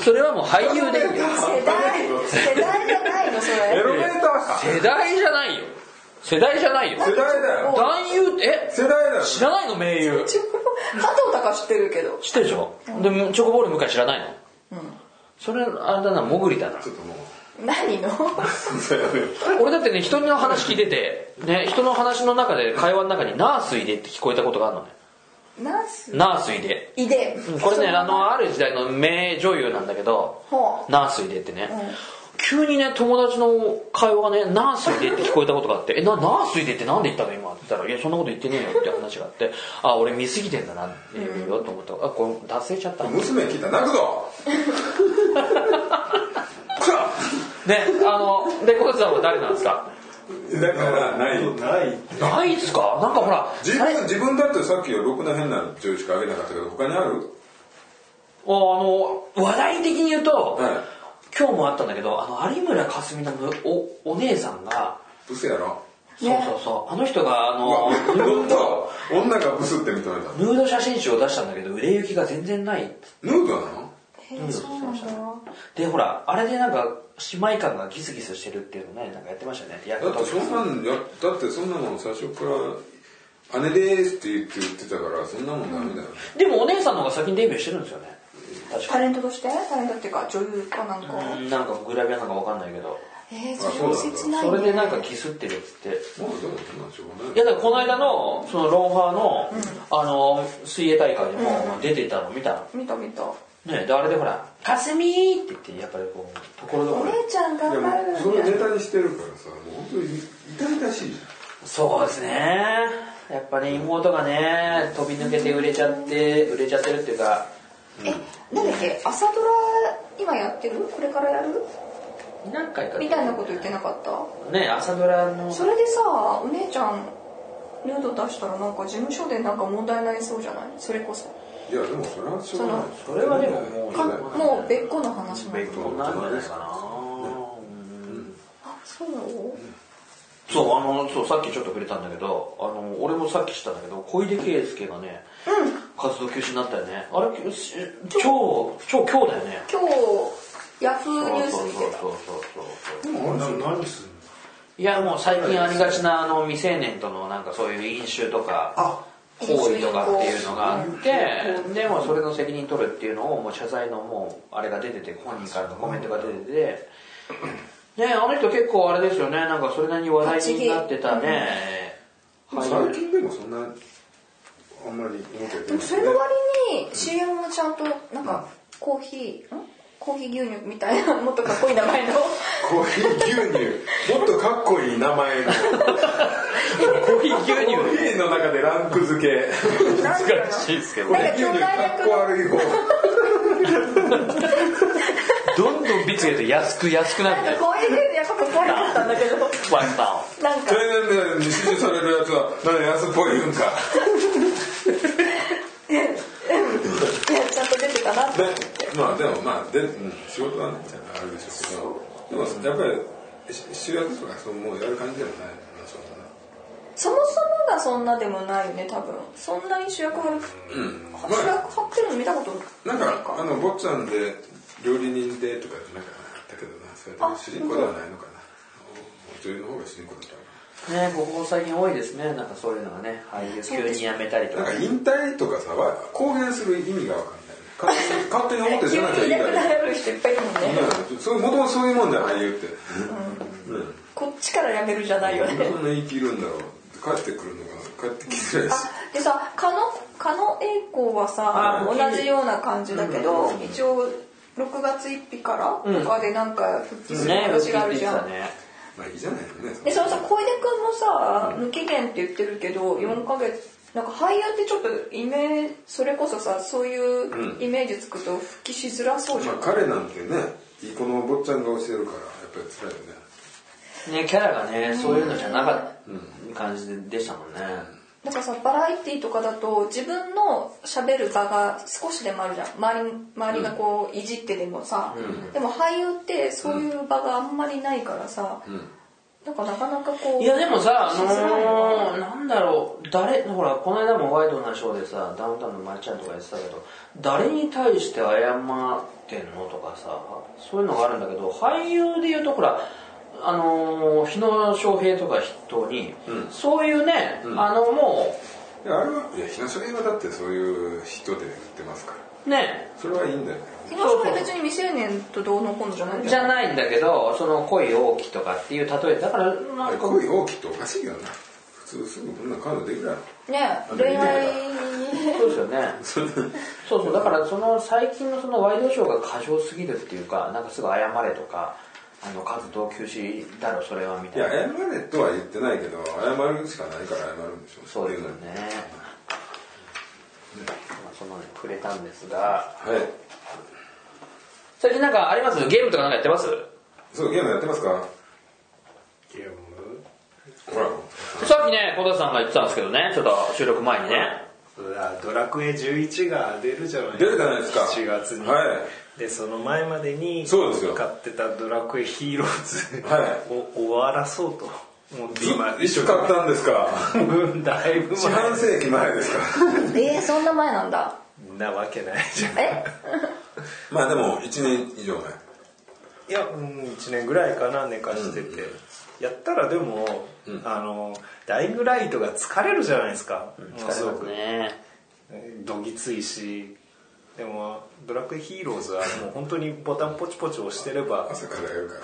Speaker 2: それはもう俳優でいいよ
Speaker 3: 世代世代じゃないのそ
Speaker 1: エ
Speaker 3: れ
Speaker 1: ロメーターか
Speaker 2: 世代じゃないよ世代じゃないよ
Speaker 1: 世代だよ
Speaker 2: 男優ってえ
Speaker 1: 世代だよ
Speaker 2: 知らないの名優
Speaker 3: 加藤隆知ってるけど
Speaker 2: 知ってるでしょでもチョコボール向井知らないのそれあれだなモグリだな
Speaker 1: ちょっともう
Speaker 3: 何の
Speaker 2: 俺だってね人の話聞いてて、ね、人の話の中で会話の中に「ナースいで」って聞こえたことがあるのね
Speaker 3: ナース
Speaker 2: ナースいで
Speaker 3: いで
Speaker 2: うんこれねあのある時代の名女優なんだけど
Speaker 3: ほう
Speaker 2: ナースいでってね、
Speaker 3: ん
Speaker 2: 急にね友達の会話がね「ナースいで」って聞こえたことがあって「えなナースいでってなんで言ったの今」って言ったら「いやそんなこと言ってねえよ」って話があって「あ俺見過ぎてんだな」って言うよと思ったあこれ脱線しちゃったね
Speaker 1: 娘聞いたら泣くぞくら
Speaker 2: あのでコツさんは誰なんですか
Speaker 1: だからない
Speaker 4: ない
Speaker 2: ないっすかなんかほら
Speaker 1: 自分自分だってさっきはろくな変な女優しかあげなかったけど他にある
Speaker 2: あの話題的に言うと、
Speaker 1: はい
Speaker 2: 今日もあったんだけどあの有村架純のおお姉さんが、
Speaker 1: ブスやろ
Speaker 3: ね
Speaker 2: そうそうそうあの人があ
Speaker 1: うわ
Speaker 2: の
Speaker 1: 本当女がブスって認めたの
Speaker 2: ヌード写真集を出したんだけど売れ行きが全然ないっつ
Speaker 1: ヌードなの
Speaker 3: えーそうなんだ
Speaker 2: ってでほらあれでなんか姉妹感がギスギスしてるっていうのねなんかやってましたねやっ
Speaker 1: だってそん
Speaker 2: と
Speaker 1: なんやだってそんなもん最初から姉ですって言って言ってたからそんなもんダメだよね
Speaker 2: でもお姉さんの方が先にデビューしてるんですよね確
Speaker 3: タ
Speaker 2: か
Speaker 3: レントとしてタレントっていうか女優かなんか
Speaker 2: うんなんかグラビアなんかわかんないけど
Speaker 3: えー、
Speaker 1: あ
Speaker 3: それ
Speaker 1: そうなんだ
Speaker 3: 切ないね
Speaker 2: それでなんかギスってるっつって
Speaker 1: もうでもそんなんしょうがない
Speaker 2: いやだからこの間のそのロンハーの,、あの水泳大会でも出てたの見たの
Speaker 3: 見た見た
Speaker 2: ねであれでほら「かすみ!」って言ってやっぱりこうところど
Speaker 3: お
Speaker 2: ころ
Speaker 3: 姉ちゃん頑
Speaker 1: でも
Speaker 3: 張る
Speaker 1: それをネタにしてるからさもう本当に痛々しいじ
Speaker 2: そうですねやっぱね妹がね飛び抜けて売れちゃって売れちゃってるっていうか
Speaker 3: え、なんだっけ朝ドラ今やってるこれからやる
Speaker 2: 何回か
Speaker 3: みたいなこと言ってなかった
Speaker 2: ね朝ドラの
Speaker 3: それでさお姉ちゃんヌード出したらなんか事務所でなんか問題になりそうじゃないそれこそ
Speaker 1: ゃんいやでもそれはしょうがない
Speaker 2: それはでももう
Speaker 3: かもう別個の話なの
Speaker 2: 別個なんじゃないかなうん
Speaker 3: あそう
Speaker 2: そうあのそうさっきちょっと触れたんだけどあの俺もさっき知ったんだけど小出圭介がね、活動休止になったよねあれし超超今日だよね
Speaker 3: 今日ヤフーニュース見てた
Speaker 2: そうそうそうそうそう
Speaker 4: でもな何する
Speaker 2: いやもう最近ありがちなあの未成年とのなんかそういう飲酒とか行為とかっていうのがあってでもそれの責任取るっていうのをもう謝罪のもうあれが出てて本人からのコメントが出ててねあの人結構あれですよねなんかそれなりに話題になってたね
Speaker 1: 最
Speaker 2: はい
Speaker 1: 近でもそんなあんまり思って
Speaker 3: でもそれの割に CM もちゃんとなんかコーヒーんコーヒー牛乳みたいな もっとかっこいい名前の
Speaker 1: コーヒー牛乳もっとかっこいい名前の
Speaker 2: コーヒ
Speaker 1: コ
Speaker 2: ー牛
Speaker 1: ー
Speaker 2: 乳
Speaker 1: ヒーの中でランク付け
Speaker 3: なんていうの
Speaker 2: 難しいですけど
Speaker 1: コー
Speaker 2: ね
Speaker 1: ヒー牛乳かっこ悪い方
Speaker 2: どんどんビツけて安く安くな
Speaker 3: な
Speaker 2: っ
Speaker 3: ん
Speaker 2: て
Speaker 3: かコーヒー牛乳やっぱかっこ悪かったんだけど
Speaker 2: ワンパ
Speaker 3: なん
Speaker 1: そ
Speaker 3: か
Speaker 1: れでね支持されるやつは何安っぽい言うんか
Speaker 3: いやちゃんと出てたなって
Speaker 1: でまあでもまあで、うん、仕事はねちゃんとあるでしょうけどでもやっぱりし主役とかそうもうやる感じでもないでしょ
Speaker 3: そもそもがそんなでもないよね多分そんなに主役張る、
Speaker 1: うねうんま
Speaker 3: 主役張ってるの見たこと
Speaker 1: あなんかあの坊ちゃんで料理人でとかじゃなかったけどなそれでも主人公ではないのかな女優の方が主人公だったのか
Speaker 2: ンねここ最近多いですねなんかそういうのがね俳優急に辞めたりと
Speaker 1: な
Speaker 2: か
Speaker 1: なんか引退とかさは公言する意味が分かんない勝手に勝手に思って
Speaker 3: 急
Speaker 1: じゃなきゃい
Speaker 3: に
Speaker 1: い
Speaker 3: いな
Speaker 1: か
Speaker 3: く
Speaker 1: ら
Speaker 3: なる人いっぱいいるもんね、
Speaker 1: うんそうもともとそういうもんだよ俳優って、うん
Speaker 3: こっちからやめるじゃないよね
Speaker 1: そんな生きるんだろう帰ってくるのかな帰ってきづらいし
Speaker 3: あでさ狩野狩野英孝はさ
Speaker 2: あ
Speaker 3: 同じような感じだけど、一応6月1日からとかでなんか復帰する
Speaker 2: ね
Speaker 3: 話がある
Speaker 2: て
Speaker 3: じゃん、
Speaker 2: ね
Speaker 1: まあいいじゃないのね
Speaker 3: でそのさ小出君もさ無期限って言ってるけど4ヶ月なんか俳優ってちょっとイメージそれこそさそういうイメージつくと復帰しづらそうじゃ
Speaker 1: ま
Speaker 3: ん、
Speaker 1: あ彼なんてねこの坊ちゃんが教えるからやっぱり辛いよね
Speaker 2: ねキャラがねそういうのじゃなかった感じでしたもんね
Speaker 3: なんかさバラエティーとかだと自分の喋る場が少しでもあるじゃん周り周りがこういじってでもさ、でも俳優ってそういう場があんまりないからさ、なんかなかなかこう
Speaker 2: いやでもさあ
Speaker 3: しづらいの
Speaker 2: のー、なんだろう誰ほらこの間もワイドなショーでさダウンタウンのまりちゃんとかやってたけど誰に対して謝ってんのとかさそういうのがあるんだけど俳優でいうとほらあのー、日野翔平とか筆頭に、そういうね、あのも
Speaker 1: いやあれはいや日野翔平はだってそういう人で売ってますから
Speaker 2: うね
Speaker 1: それはいいんだよね
Speaker 3: 昨日それ別に未成年とどうのこうのじゃないん
Speaker 2: じ
Speaker 3: だよ
Speaker 2: ゃないんだけどその恋多きとかっていう例えだからな
Speaker 1: あ
Speaker 2: ん
Speaker 1: れ
Speaker 2: か
Speaker 1: 恋大きっておかしいよな普通すぐこんなの彼女できないの
Speaker 3: ね
Speaker 1: あ
Speaker 3: 恋愛
Speaker 2: そうですよね。 そうそう、だからその最近のそのワイドショーが過剰すぎるっていうか、なんかすぐ謝れとか、あの活動休止だろ、それはみ
Speaker 1: い
Speaker 2: たい
Speaker 1: や
Speaker 2: な。
Speaker 1: 謝れとは言ってないけど謝るしかないから謝るんでしょ
Speaker 2: そうですよね。まあその触れたんですが、
Speaker 1: はい
Speaker 2: 最近なんかありますゲームとかなんかやってます
Speaker 1: そうゲームやってますか
Speaker 4: ゲーム
Speaker 1: ほら
Speaker 2: さっきね、小田さんが言ってたんですけどね、ちょっと収録前にね。
Speaker 4: うわドラクエ11が出るじゃない
Speaker 1: 出るじゃないですか
Speaker 4: 7月に、
Speaker 1: は
Speaker 4: でその前までに
Speaker 1: そうですよ
Speaker 4: 買ってたドラクエヒーローズ
Speaker 1: は
Speaker 4: を終わらそうと思って今
Speaker 1: い一緒買ったんですか
Speaker 4: うんだいぶ
Speaker 1: 四半
Speaker 4: 前
Speaker 1: 世紀前ですか
Speaker 3: えー、そんな前なんだ
Speaker 4: なわけないじゃん
Speaker 3: え
Speaker 1: まあでも1年以上前
Speaker 4: いや、うん、1年ぐらいかな寝かしてて、やったらでも、あのダイイングライトが疲れるじゃないですか、ものすごく
Speaker 2: ね。
Speaker 4: どぎついしでもドラクエヒーローズはもう本当にボタンポチポチ押してれば
Speaker 1: 朝からやるか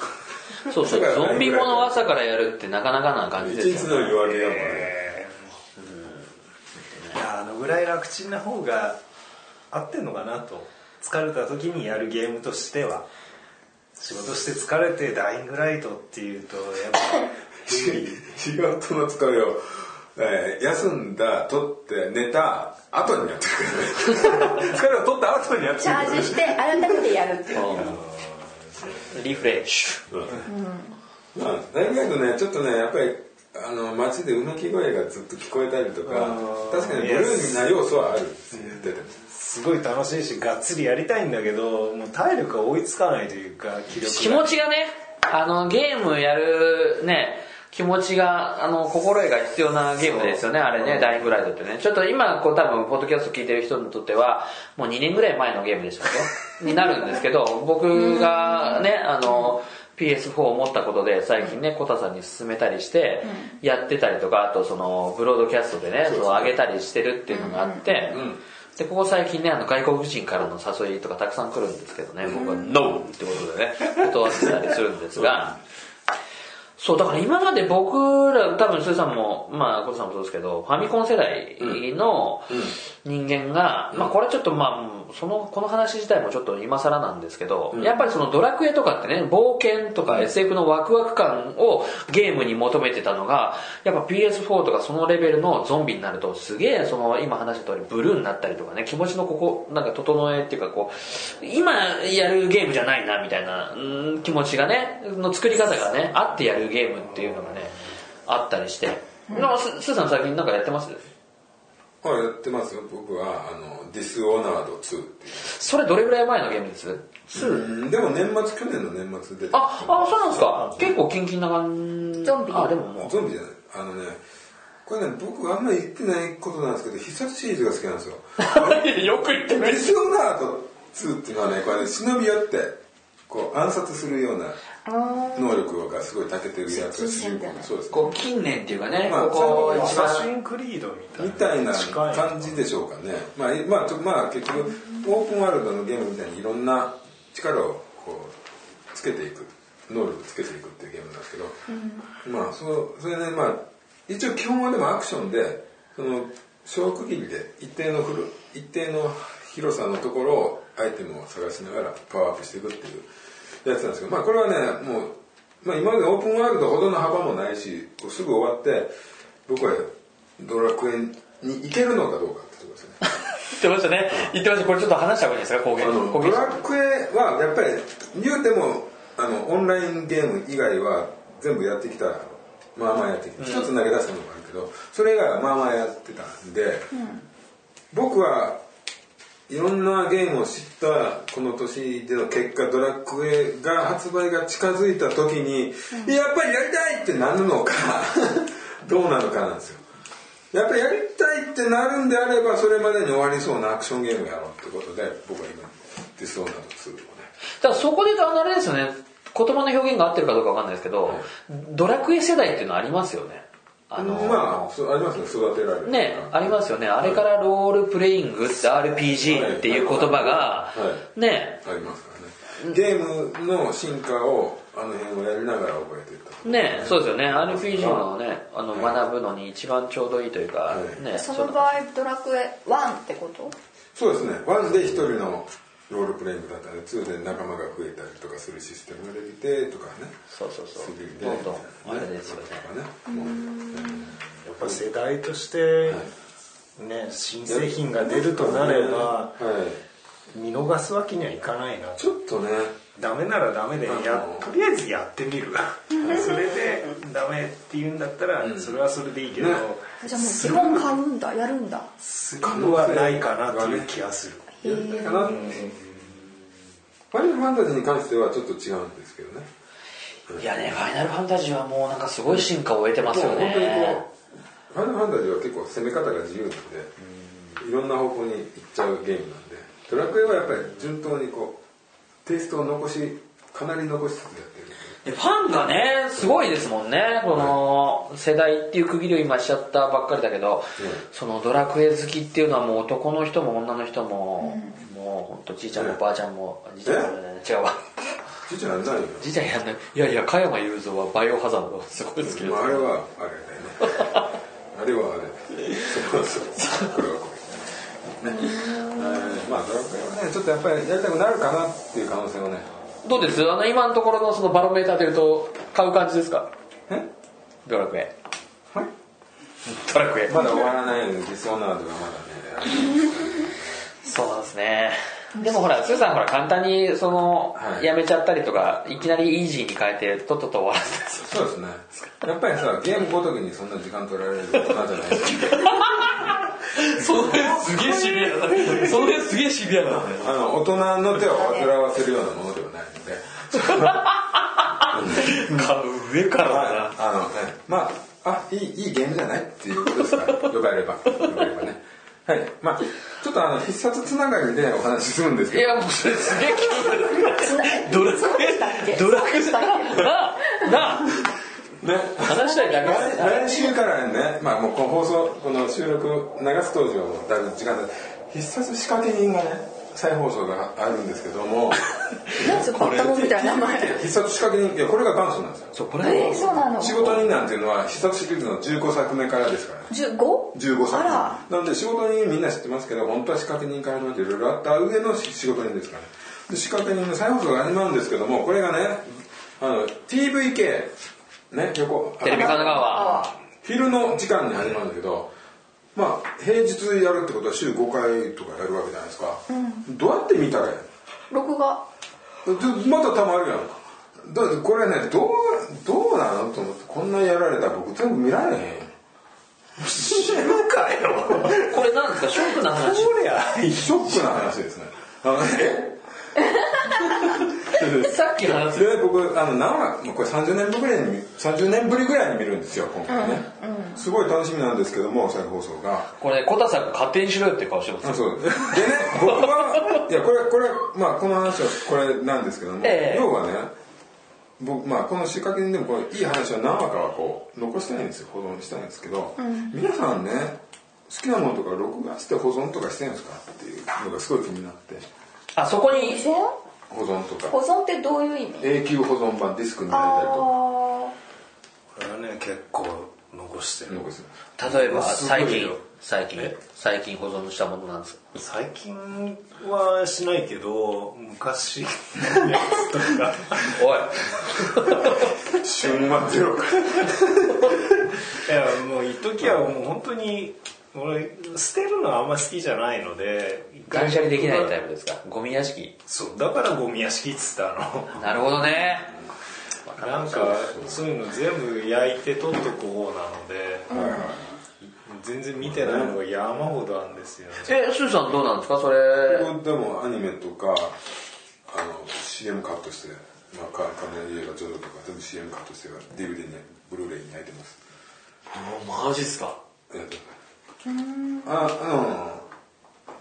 Speaker 1: ら
Speaker 2: そうそう、ゾンビものを朝からやるってなかなかな感じ
Speaker 1: 一
Speaker 2: ですよ
Speaker 1: 日の
Speaker 2: ね
Speaker 1: 夜明けだもんね
Speaker 4: えーいやあのぐらい楽ちんな方が合ってんのかなと疲れた時にやるゲームとしては仕事して疲れてダイイングライトっていうとやっぱ無理
Speaker 1: 仕事の疲れを、えー休んだ取って寝た後にやってるからね疲れを取った後にやって
Speaker 3: チ
Speaker 1: る
Speaker 3: ャ
Speaker 1: から
Speaker 3: ー
Speaker 1: ね
Speaker 3: ジして改めてやるっていう
Speaker 2: リフレッシュ。
Speaker 1: まあ大学ねちょっとねやっぱりあの街でうめき声がずっと聞こえたりとか
Speaker 4: あー
Speaker 1: 確かにブルーミーな要素はあるんですよ出ても
Speaker 4: すごい楽しいしがっつりやりたいんだけどもう体力が追いつかないというか気
Speaker 2: 気
Speaker 4: 力
Speaker 2: 持
Speaker 4: が
Speaker 2: ちがねあのゲームやるね気持ちがあの心得が必要なゲームですよねあれね、ダイイングライトってねちょっと今こう多分ポッドキャスト聞いてる人にとってはもう2年ぐらい前のゲームでしたっけになるんですけど僕がねあの PS4 を持ったことで最近ねコタさんに勧めたりしてやってたりとかあとそのブロードキャストでねそう上げたりしてるっていうのがあって、でここ最近ねあの外国人からの誘いとかたくさん来るんですけどね僕は「NO!」ってことでね断ってたりするんですが、そうだから今まで僕ら多分スーさんもまあコトさんもそうですけどファミコン世代の、人間が、まあこれちょっとまあそのこの話自体もちょっと今更なんですけど、やっぱりそのドラクエとかってね冒険とか SF のワクワク感をゲームに求めてたのがやっぱ PS4 とかそのレベルのゾンビになるとすげえその今話した通りブルーになったりとかね気持ちのここなんか整えっていうかこう今やるゲームじゃないなみたいなうん気持ちがねの作り方がねあってやるゲームっていうのがねあったりして、なススーさん最近なんかやってます
Speaker 1: あやってますよ僕はあの「ディスオナード2」っていう
Speaker 2: それどれぐらい前のゲームです
Speaker 1: うんでも年末去年の年末で
Speaker 2: あ、あ、そうなんですか。結構キンキンな感じ。
Speaker 3: ゾンビ
Speaker 2: あ、でももう。
Speaker 1: ゾンビじゃないあのねこれね僕あんまり言ってないことなんですけど必殺シリーズが好きなん ですよ
Speaker 2: よく言って
Speaker 1: ディスオナード2っていうのはねこれね忍び寄ってこう暗殺するような
Speaker 3: あ
Speaker 1: 能力がすごい長けてるやつが主人公
Speaker 3: 接近戦だよね
Speaker 1: そうです
Speaker 2: こう、近年っていうかね、
Speaker 1: まあ
Speaker 2: ここ
Speaker 1: 最
Speaker 2: 一
Speaker 4: アサシ
Speaker 2: 番。
Speaker 4: ンクリードみたいな
Speaker 1: みたいな感
Speaker 4: 近い
Speaker 1: じでしょうかねまあ、いまあ、ちょまあ結局オープンワールドのゲームみたいにいろんな力をこうつけていく能力つけていくっていうゲームなんですけど、まあそうそれでまあ一応基本はでもアクションでその小区切りで一定のフル一定の広さのところをアイテムを探しながらパワーアップしていくっていうやつなんですけどまあこれはねもう、まあ、今までオープンワールドほどの幅もないしこうすぐ終わって僕はドラクエに行けるのかどうかってとこですね
Speaker 2: 言ってましたね。言ってました。これちょっと話した方がいいですか、公
Speaker 1: あ
Speaker 2: 言。
Speaker 1: の
Speaker 2: 公
Speaker 1: ド
Speaker 2: 言
Speaker 1: ラクエはやっぱり言うてもあのオンラインゲーム以外は全部やってきたまあまあやってきた一、つ投げ出したのもあるけどそれ以外はまあまあやってたんで、僕はいろんなゲームを知ったこの年での結果ドラクエが発売が近づいた時に、やっぱりやりたいってなるのか どうなのかなんですよやっぱりやりたいってなるんであればそれまでに終わりそうなアクションゲームやろうってことで僕は今ディスオーナード2をね
Speaker 2: だからそこで言うとあれですよね、言葉の表現が合ってるかどうかわかんないですけど、ドラクエ世代っていうのはありますよね。あの、
Speaker 1: まあそうありますね育てられる
Speaker 2: ね、ありますよね。あれからロールプレイングって RPG っていう言葉が
Speaker 1: はいは、
Speaker 2: ね、
Speaker 1: ありますからねゲームの進化をあの辺をやりながら覚えていったと
Speaker 2: ね、そうですよね。RPG のね、あの、学ぶのに一番ちょうどいいというか、
Speaker 1: い
Speaker 2: ね、
Speaker 3: そ
Speaker 2: そ
Speaker 3: の
Speaker 2: の
Speaker 3: 場合ドラクエ1ってこと
Speaker 1: そうですねワンで一人のロールプレイングだったりツーで仲間が増えたりとかするシステムができてとかね
Speaker 2: そうそうそう
Speaker 1: スリーで
Speaker 2: どんどんあれですよね
Speaker 1: とかねもう
Speaker 4: やっぱ世代としてね新製品が出るとなれば
Speaker 1: はい
Speaker 4: 見逃すわけにはいかないな
Speaker 1: ちょっとね
Speaker 4: ダメならダメでやとりあえずやってみるそれでダメって言うんだったらそれはそれでいいけど
Speaker 1: ね
Speaker 3: じゃあもう基本買うんだやるんだ
Speaker 4: するのはないかなっていう気がする
Speaker 1: やりたいかなってファイナルファンタジーに関してはちょっと違うんですけどね
Speaker 2: いやねファイナルファンタジーはもうなんかすごい進化を得てますよ
Speaker 1: もう本当に
Speaker 2: ね
Speaker 1: こうファイナルファンタジーは結構攻め方が自由なんでいろんな方向に行っちゃうゲームなんでドラクエはやっぱり順当にこうテイストを残しかなり残しつつやってるんで
Speaker 2: でファンがねすごいですもんねこの世代っていう区切りを今しちゃったばっかりだけど、そのドラクエ好きっていうのはもう男の人も女の人も、もうほんとじいちゃんもばあちゃんもじいちゃんもね違うわ
Speaker 1: じいちゃんやんないよ
Speaker 2: じいちゃんやんないいやいや加山雄三はバイオハザードがすごい好きです
Speaker 1: まあ、あれはあれだよねあれはあれそうそうこれはこれねはいまあドラクエはねちょっとやっぱりやりたくなるかなっていう可能性はね
Speaker 2: どうですあの今のところのそのバロメーターでいうと買う感じですか
Speaker 1: え
Speaker 2: ドラクエ
Speaker 1: はい
Speaker 2: ドラクエ
Speaker 1: まだ終わらないのでディスオナードがまだね
Speaker 2: そうなんですね。でもほら、スーさんほら簡単にその、
Speaker 1: はい
Speaker 2: やめちゃったりとか、いきなりイージーに変えて、とっとと終わらせたりす
Speaker 1: そうですねやっぱりさゲームごときにそんな時間取られることなんじゃないですか
Speaker 2: る。その辺すげえシビアだその辺すげえシビアだ
Speaker 1: あの大人の手を煩わせるようなものではないので
Speaker 2: 上から
Speaker 1: まああのねまああいいいいゲームじゃないっていうことですからよければよければねはいまあちょっとあの必殺つながりでお話しするんですけ
Speaker 2: い
Speaker 1: ど
Speaker 2: や、もうそれすげえ気になる。ドラクエ、ドラクエなあ、なあ、
Speaker 1: ね
Speaker 2: 話したいだけ
Speaker 1: 来
Speaker 2: で
Speaker 1: 来週からね、まあ、もうこの放送この収録流す当時はもうだいぶ時間だ必殺仕掛け人がね再放送があるんですけど も
Speaker 3: 何それバッタモンみたいな名前
Speaker 1: 必殺仕掛け人いやこれが元祖なんですよ
Speaker 2: そうこ
Speaker 3: え
Speaker 2: れ
Speaker 3: ー
Speaker 2: も
Speaker 3: そうなの
Speaker 1: 仕事人なんていうのは必殺シリーズの15作目からですからね
Speaker 3: 15?
Speaker 1: 15
Speaker 3: あ
Speaker 1: 作
Speaker 3: ら
Speaker 1: なので仕事人みんな知ってますけど本当は仕掛け人から始まっていろいろあった上の仕事人ですからねで仕掛け人の再放送が始まるんですけどもこれがねあの TVK ね横
Speaker 2: テレビ神奈川
Speaker 1: 昼の時間に始まるんだけど、まあ平日やるってことは週5回とかやるわけじゃないですか、どうやって見たらいいの
Speaker 3: 録画
Speaker 1: でまたたまるやんかだってこれねどうどうなのと思ってこんなやられたら僕全部見られへんよ
Speaker 4: 死ぬかよ
Speaker 2: これなんですかショックな話
Speaker 4: こりゃ
Speaker 1: ショックな話ですねあのね
Speaker 2: さっきの話
Speaker 1: で僕あの生もうこれ30年ぶりぐらいに30年ぶりぐらいに見るんですよ今回ね、すごい楽しみなんですけども再放送が
Speaker 2: これね小田さんが勝手にしろよっていう顔してます
Speaker 1: あそうでね僕はいやこれこれまあこの話はこれなんですけども、
Speaker 2: ええ
Speaker 1: 要はね僕まあこの仕掛け人でもこのいい話は何話かはこう残したいんですよ保存したいんですけど、皆さんね好きなものとか録画して保存とかしてるんですかっていうのがすごい気になって
Speaker 2: あそこに
Speaker 1: 保
Speaker 3: 保存
Speaker 1: 存と
Speaker 3: 保
Speaker 1: か
Speaker 3: 存ってどういう意味
Speaker 1: 永久保存版ディスクに入れたりとか
Speaker 3: あ
Speaker 4: これはね結構残してる
Speaker 1: 残す
Speaker 2: 例えば
Speaker 4: すご
Speaker 2: 最
Speaker 4: い
Speaker 2: 近
Speaker 4: よ
Speaker 2: 最近
Speaker 4: え
Speaker 2: 最近保存したものなんです
Speaker 4: 最近はしないけど昔のやつとか
Speaker 2: おい
Speaker 1: 瞬間ゼロか
Speaker 4: いやもう一時はもう本当に俺捨てるのはあんま好きじゃないので
Speaker 2: 断捨離できないタイプですかゴミ屋敷
Speaker 4: そうだからゴミ屋敷っつったの
Speaker 2: なるほどね
Speaker 4: なんかそういうの全部焼いて取っとく方なので
Speaker 1: はいはい
Speaker 4: 全然見てないのが山ほどあるんですよね
Speaker 2: えスーさんどうなんですかそれ
Speaker 1: 僕でもアニメとかあの CM カットして、まあ、か仮面ライダージョジョとか全部 CM カットして DVD にブルーレイに焼いてます
Speaker 2: マジっすか
Speaker 1: えっとあうん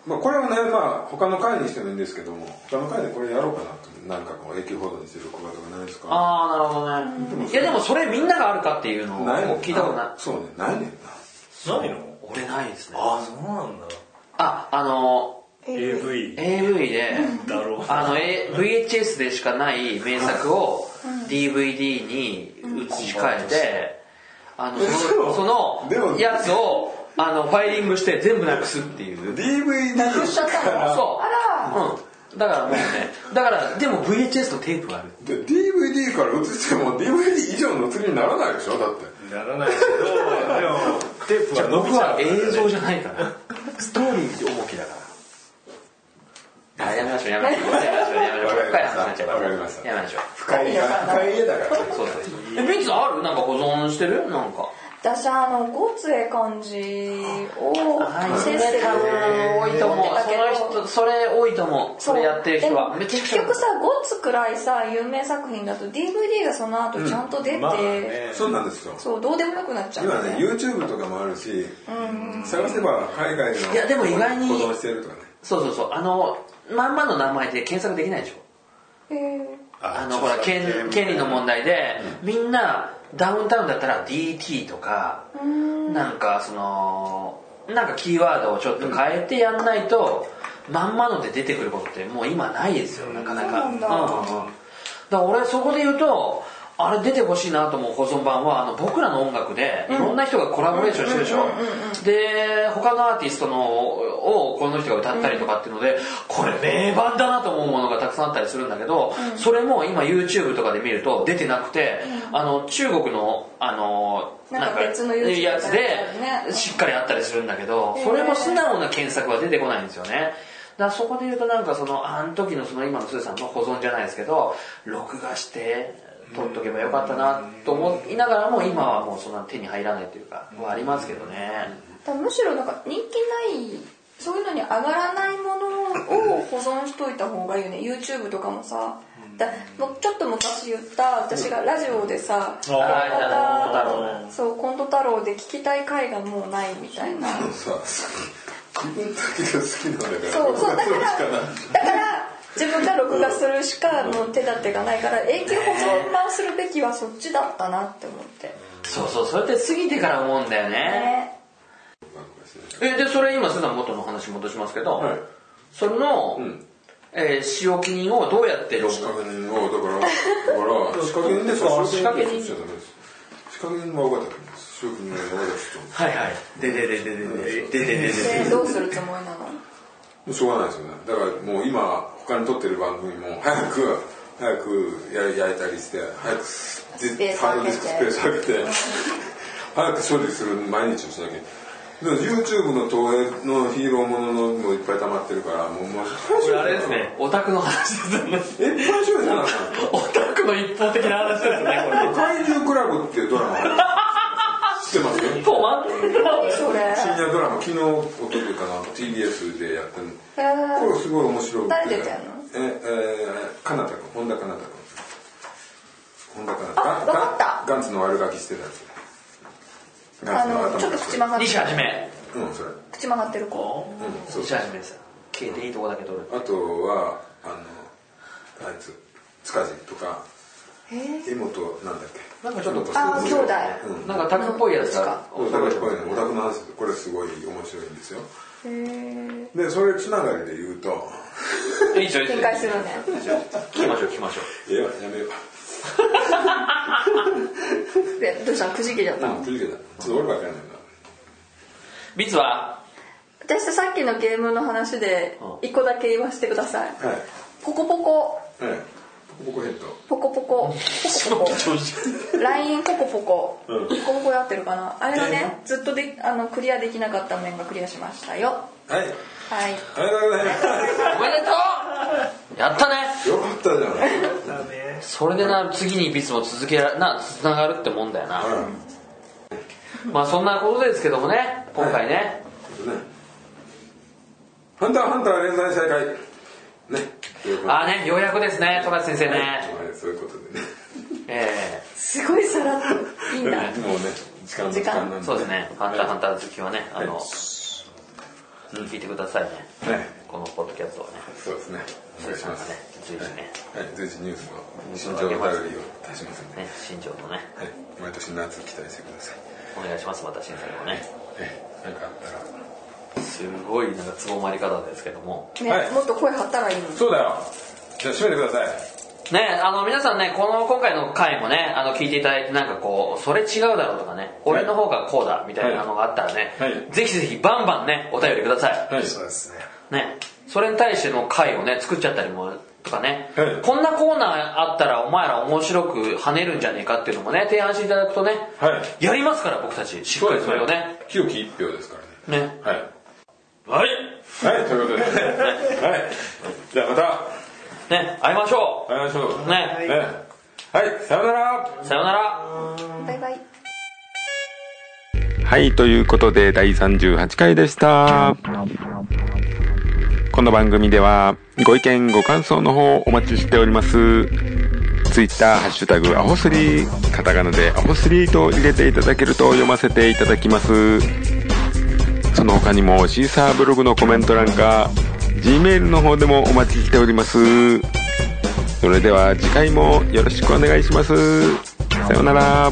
Speaker 1: まあこれはねまあ他の回にしてもいいんですけども他の回でこれやろうかなとなんかこう永久保存にしてる小型がないですか
Speaker 2: ああなるほどねいやでもそれみんながあるかっていうのを
Speaker 1: ないねん
Speaker 2: 聞いたことない
Speaker 1: そうねないねんな
Speaker 4: ないの
Speaker 2: 俺ないですね
Speaker 4: あそうなんだ
Speaker 2: ああの
Speaker 3: ー
Speaker 4: AV
Speaker 2: AV で
Speaker 4: だろう
Speaker 2: あの、A、VHS でしかない名作を DVD に移し替えて、あのそのそ
Speaker 1: でも
Speaker 2: のやつをあのファイリングして全部なくすっていう
Speaker 1: DVD しか
Speaker 2: そううん、だからもうねだからでも VHS とテープがある
Speaker 1: で DVD から映しても DVD 以上の映りにならないでしょだって
Speaker 4: ならないけどでもテープは伸び
Speaker 2: 僕
Speaker 4: ちゃう
Speaker 2: は映像じゃないからストーリー重きだから あやめましょうやめましょうやめましょうやめましょう深い話になっちゃうから
Speaker 1: わかりました
Speaker 2: やめましょう
Speaker 1: 深い家深い家だから
Speaker 2: そうそうえミキさんあるなんか保存してるなんか
Speaker 3: 私あのごつえ感じを
Speaker 2: そ
Speaker 3: せ
Speaker 2: れ
Speaker 3: っせと
Speaker 2: 多分多いと思う
Speaker 3: 持ってたけど
Speaker 2: その人それ多いと思うそ
Speaker 3: そう
Speaker 2: れやってる人は
Speaker 3: でも
Speaker 2: めちゃく
Speaker 3: 結
Speaker 2: ちゃ
Speaker 3: 局さゴッツくらいさ有名作品だと DVD がその後ちゃんと出て、
Speaker 4: まあね
Speaker 1: そうなんですよ
Speaker 3: そうどうでもよくなっちゃうんだ
Speaker 1: 今
Speaker 3: よ
Speaker 1: ね YouTube とかもあるし、探せば海外の
Speaker 2: いやでも意外に
Speaker 1: 保存してるとかね
Speaker 2: そうそうそうあのまんまの名前で検索できないでしょ
Speaker 3: へ
Speaker 2: あのほら権権利の問題でみんなダウンタウンだったら DT とかなんかそのなんかキーワードをちょっと変えてやんないとまんまので出てくることってもう今ないですよなかなか
Speaker 3: そうなんだ
Speaker 2: うんうんうんだから俺そこで言うとあれ出てほしいなと思う保存版はあの僕らの音楽でいろんな人がコラボレーションしてるでしょで他のアーティストのをこの人が歌ったりとかっていうのでこれ名盤だなと思うものがたくさんあったりするんだけどそれも今 YouTube とかで見ると出てなくてあの中国のあの
Speaker 3: なんか別の YouTube
Speaker 2: やつ
Speaker 3: みたいなのある
Speaker 2: で
Speaker 3: ね
Speaker 2: しっかりあったりするんだけどそれも素直な検索は出てこないんですよねだからそこで言うとなんかそのあの時のその今のスーさんの保存じゃないですけど録画して撮っとけばよかったなと思いながらも今はもうそんな手に入らないというかはありますけどね
Speaker 3: えむしろなんか人気ないそういうのに上がらないものを保存しといた方がいいよね YouTube とかもさだもうちょっと昔言った私がラジオでさ
Speaker 4: あ
Speaker 2: あー
Speaker 3: また
Speaker 2: コント太郎
Speaker 3: そうコント太郎で聞きたい回がもうないみたいな
Speaker 1: さ自分だけが好きなんだから
Speaker 3: そうそうだから
Speaker 1: しかない
Speaker 3: だから自分が録画するしかの手立てがないから永久保存版するべきはそっちだったなって思って
Speaker 2: そうそうそれって過ぎてから思うんだよね
Speaker 3: ね
Speaker 2: えでそれ今スーさん元の話戻しますけど、
Speaker 1: はい
Speaker 2: それの、
Speaker 1: うん
Speaker 2: えー使用記人をどうやってロ
Speaker 1: 仕
Speaker 2: グ
Speaker 1: 掛け人をだからだから仕掛け人ですから仕掛け人ですよ仕掛け人は分かったと思います仕掛け人は分かったと思
Speaker 2: はいはいででででででででで
Speaker 3: でどうするつもりな
Speaker 1: う
Speaker 3: の
Speaker 1: もうしょうがないですよねだからもう今他に撮ってる番組も早く早くや焼いたりして早くス
Speaker 3: ペース
Speaker 1: ハード
Speaker 3: 空け
Speaker 1: ディ
Speaker 3: て
Speaker 1: スクスペース空けて早く処理する毎日をしなきゃでも YouTube の投影のヒーローもののもういっぱい溜まってるからもうもう
Speaker 2: これあれですねオタクの話です
Speaker 1: え
Speaker 2: ね
Speaker 1: っ最初じゃなかった
Speaker 2: オタクの一方的な話ですねこれ
Speaker 1: 怪獣クラブっていうドラマ知ってます
Speaker 2: 止まってるな
Speaker 3: それ
Speaker 1: 深夜ドラマ昨日おとといかな TBS でやってる
Speaker 3: へー
Speaker 1: これすごい面白い
Speaker 3: 誰出てんの
Speaker 1: ええー、かなたくん本田かなたくん本田かな
Speaker 3: あわかった
Speaker 1: ガンガンツの悪ガキしてたやつガ
Speaker 3: あ
Speaker 1: ンツの
Speaker 3: のちょ
Speaker 1: 頭が
Speaker 3: っと口曲がって
Speaker 2: 西はじめ
Speaker 1: うんそれ
Speaker 3: 口曲がってる子
Speaker 1: うんそう
Speaker 2: 西はじめです消えていいとこだけ取る
Speaker 1: あとはあのあいつ塚地とか
Speaker 3: へえ
Speaker 1: 江本なんだっけ
Speaker 2: なんかちょっと
Speaker 3: あー兄弟
Speaker 1: うん
Speaker 2: なんかオタクっぽいやつが
Speaker 1: お互いこれねオタクの話これすごい面白いんですよ
Speaker 3: へえ
Speaker 1: でそれつながりで言うと
Speaker 2: いいじゃんいいじゃん
Speaker 3: 展開するね
Speaker 2: 聞きましょう聞きましょう
Speaker 1: ええわやめよう
Speaker 3: でどうしたのくじけちゃったの
Speaker 1: うん、くじけた。ちょっと俺ばっかりなんだ。
Speaker 2: ビツは
Speaker 3: 私とさっきのゲームの話で
Speaker 2: う
Speaker 3: 一個だけ言わせてください
Speaker 1: はい。
Speaker 3: ポコポコ
Speaker 1: はい。ポコポコヘッド。
Speaker 3: ポコポ コポコポコ LINE ポコポコ
Speaker 1: うん
Speaker 3: ポコポコやってるかなあれを
Speaker 1: ゲー
Speaker 3: ねずっとであのクリアできなかった面がクリアしましたよ
Speaker 1: はい。
Speaker 3: はい
Speaker 1: ありがとうございま
Speaker 2: おめでとうやったね
Speaker 1: す。よかったじゃん。
Speaker 4: だね
Speaker 2: それでな次にビツも続けらなつながるってもんだよな、
Speaker 1: はい。
Speaker 2: まあそんなことですけどもね今回ね、
Speaker 1: ことね。ハンターハンター連載再開。ね。ということで
Speaker 2: ああねようやくですね富樫先生ね、
Speaker 1: はい、そういうことでね。
Speaker 2: え
Speaker 3: すごいさらっといいんだ
Speaker 1: もうね、時間の
Speaker 3: 時間
Speaker 1: なんで、
Speaker 2: え
Speaker 1: ね。
Speaker 2: そうですね「ハンターハン
Speaker 1: タ
Speaker 2: ター」好きはねあの、
Speaker 1: はい
Speaker 2: 聞いてくださいね
Speaker 1: ー。はい。
Speaker 2: このポッドキャストはね
Speaker 1: そうですね。お願いします。
Speaker 2: ね随時ね
Speaker 1: はい。随時ニュースの新情報便りを出しますんで。
Speaker 2: ね新庄のね
Speaker 1: はい。毎年夏期待してください。
Speaker 2: お願いしますまた新庄もね
Speaker 1: ええ、なんかあったら。
Speaker 2: すごいなんかつぼまり方ですけども
Speaker 1: は
Speaker 3: ね
Speaker 1: い
Speaker 3: もっと声張ったらいいのに
Speaker 1: そうだよ。じゃあ閉めてください。
Speaker 2: ねあの皆さんねこの今回の回もねあの聞いていただいてなんかこうそれ違うだろうとかね俺の方がこうだみたいなのがあったらね、
Speaker 1: はい
Speaker 2: ぜひぜひバンバンねお便りください、
Speaker 1: はい。
Speaker 4: そうですね
Speaker 2: ね、それに対しての回をね作っちゃったりもとかね、
Speaker 1: はい
Speaker 2: こんなコーナーあったらお前ら面白く跳ねるんじゃねえかっていうのもね提案していただくとね、
Speaker 1: は
Speaker 2: やりますから僕たちしっ
Speaker 1: そ
Speaker 2: か
Speaker 1: う
Speaker 2: り
Speaker 1: です
Speaker 2: それを
Speaker 1: ね
Speaker 2: ね。
Speaker 1: 清き一票ですから
Speaker 2: ね
Speaker 1: ね。はい。
Speaker 2: はい
Speaker 1: はい、ということで。はい。じゃあまた、
Speaker 2: ね会いましょ
Speaker 1: 会いましょう。
Speaker 2: うね
Speaker 1: ねはい、さよなら。
Speaker 2: さよなら
Speaker 3: バイバイ
Speaker 5: はい、ということで第38回でした。この番組ではご意見ご感想の方お待ちしております。ツイッターハッシュタグアホスリー、カタカナでアホスリーと入れていただけると読ませていただきます。その他にもシーサーブログのコメント欄か、Gmail の方でもお待ちしております。それでは次回もよろしくお願いします。さようなら。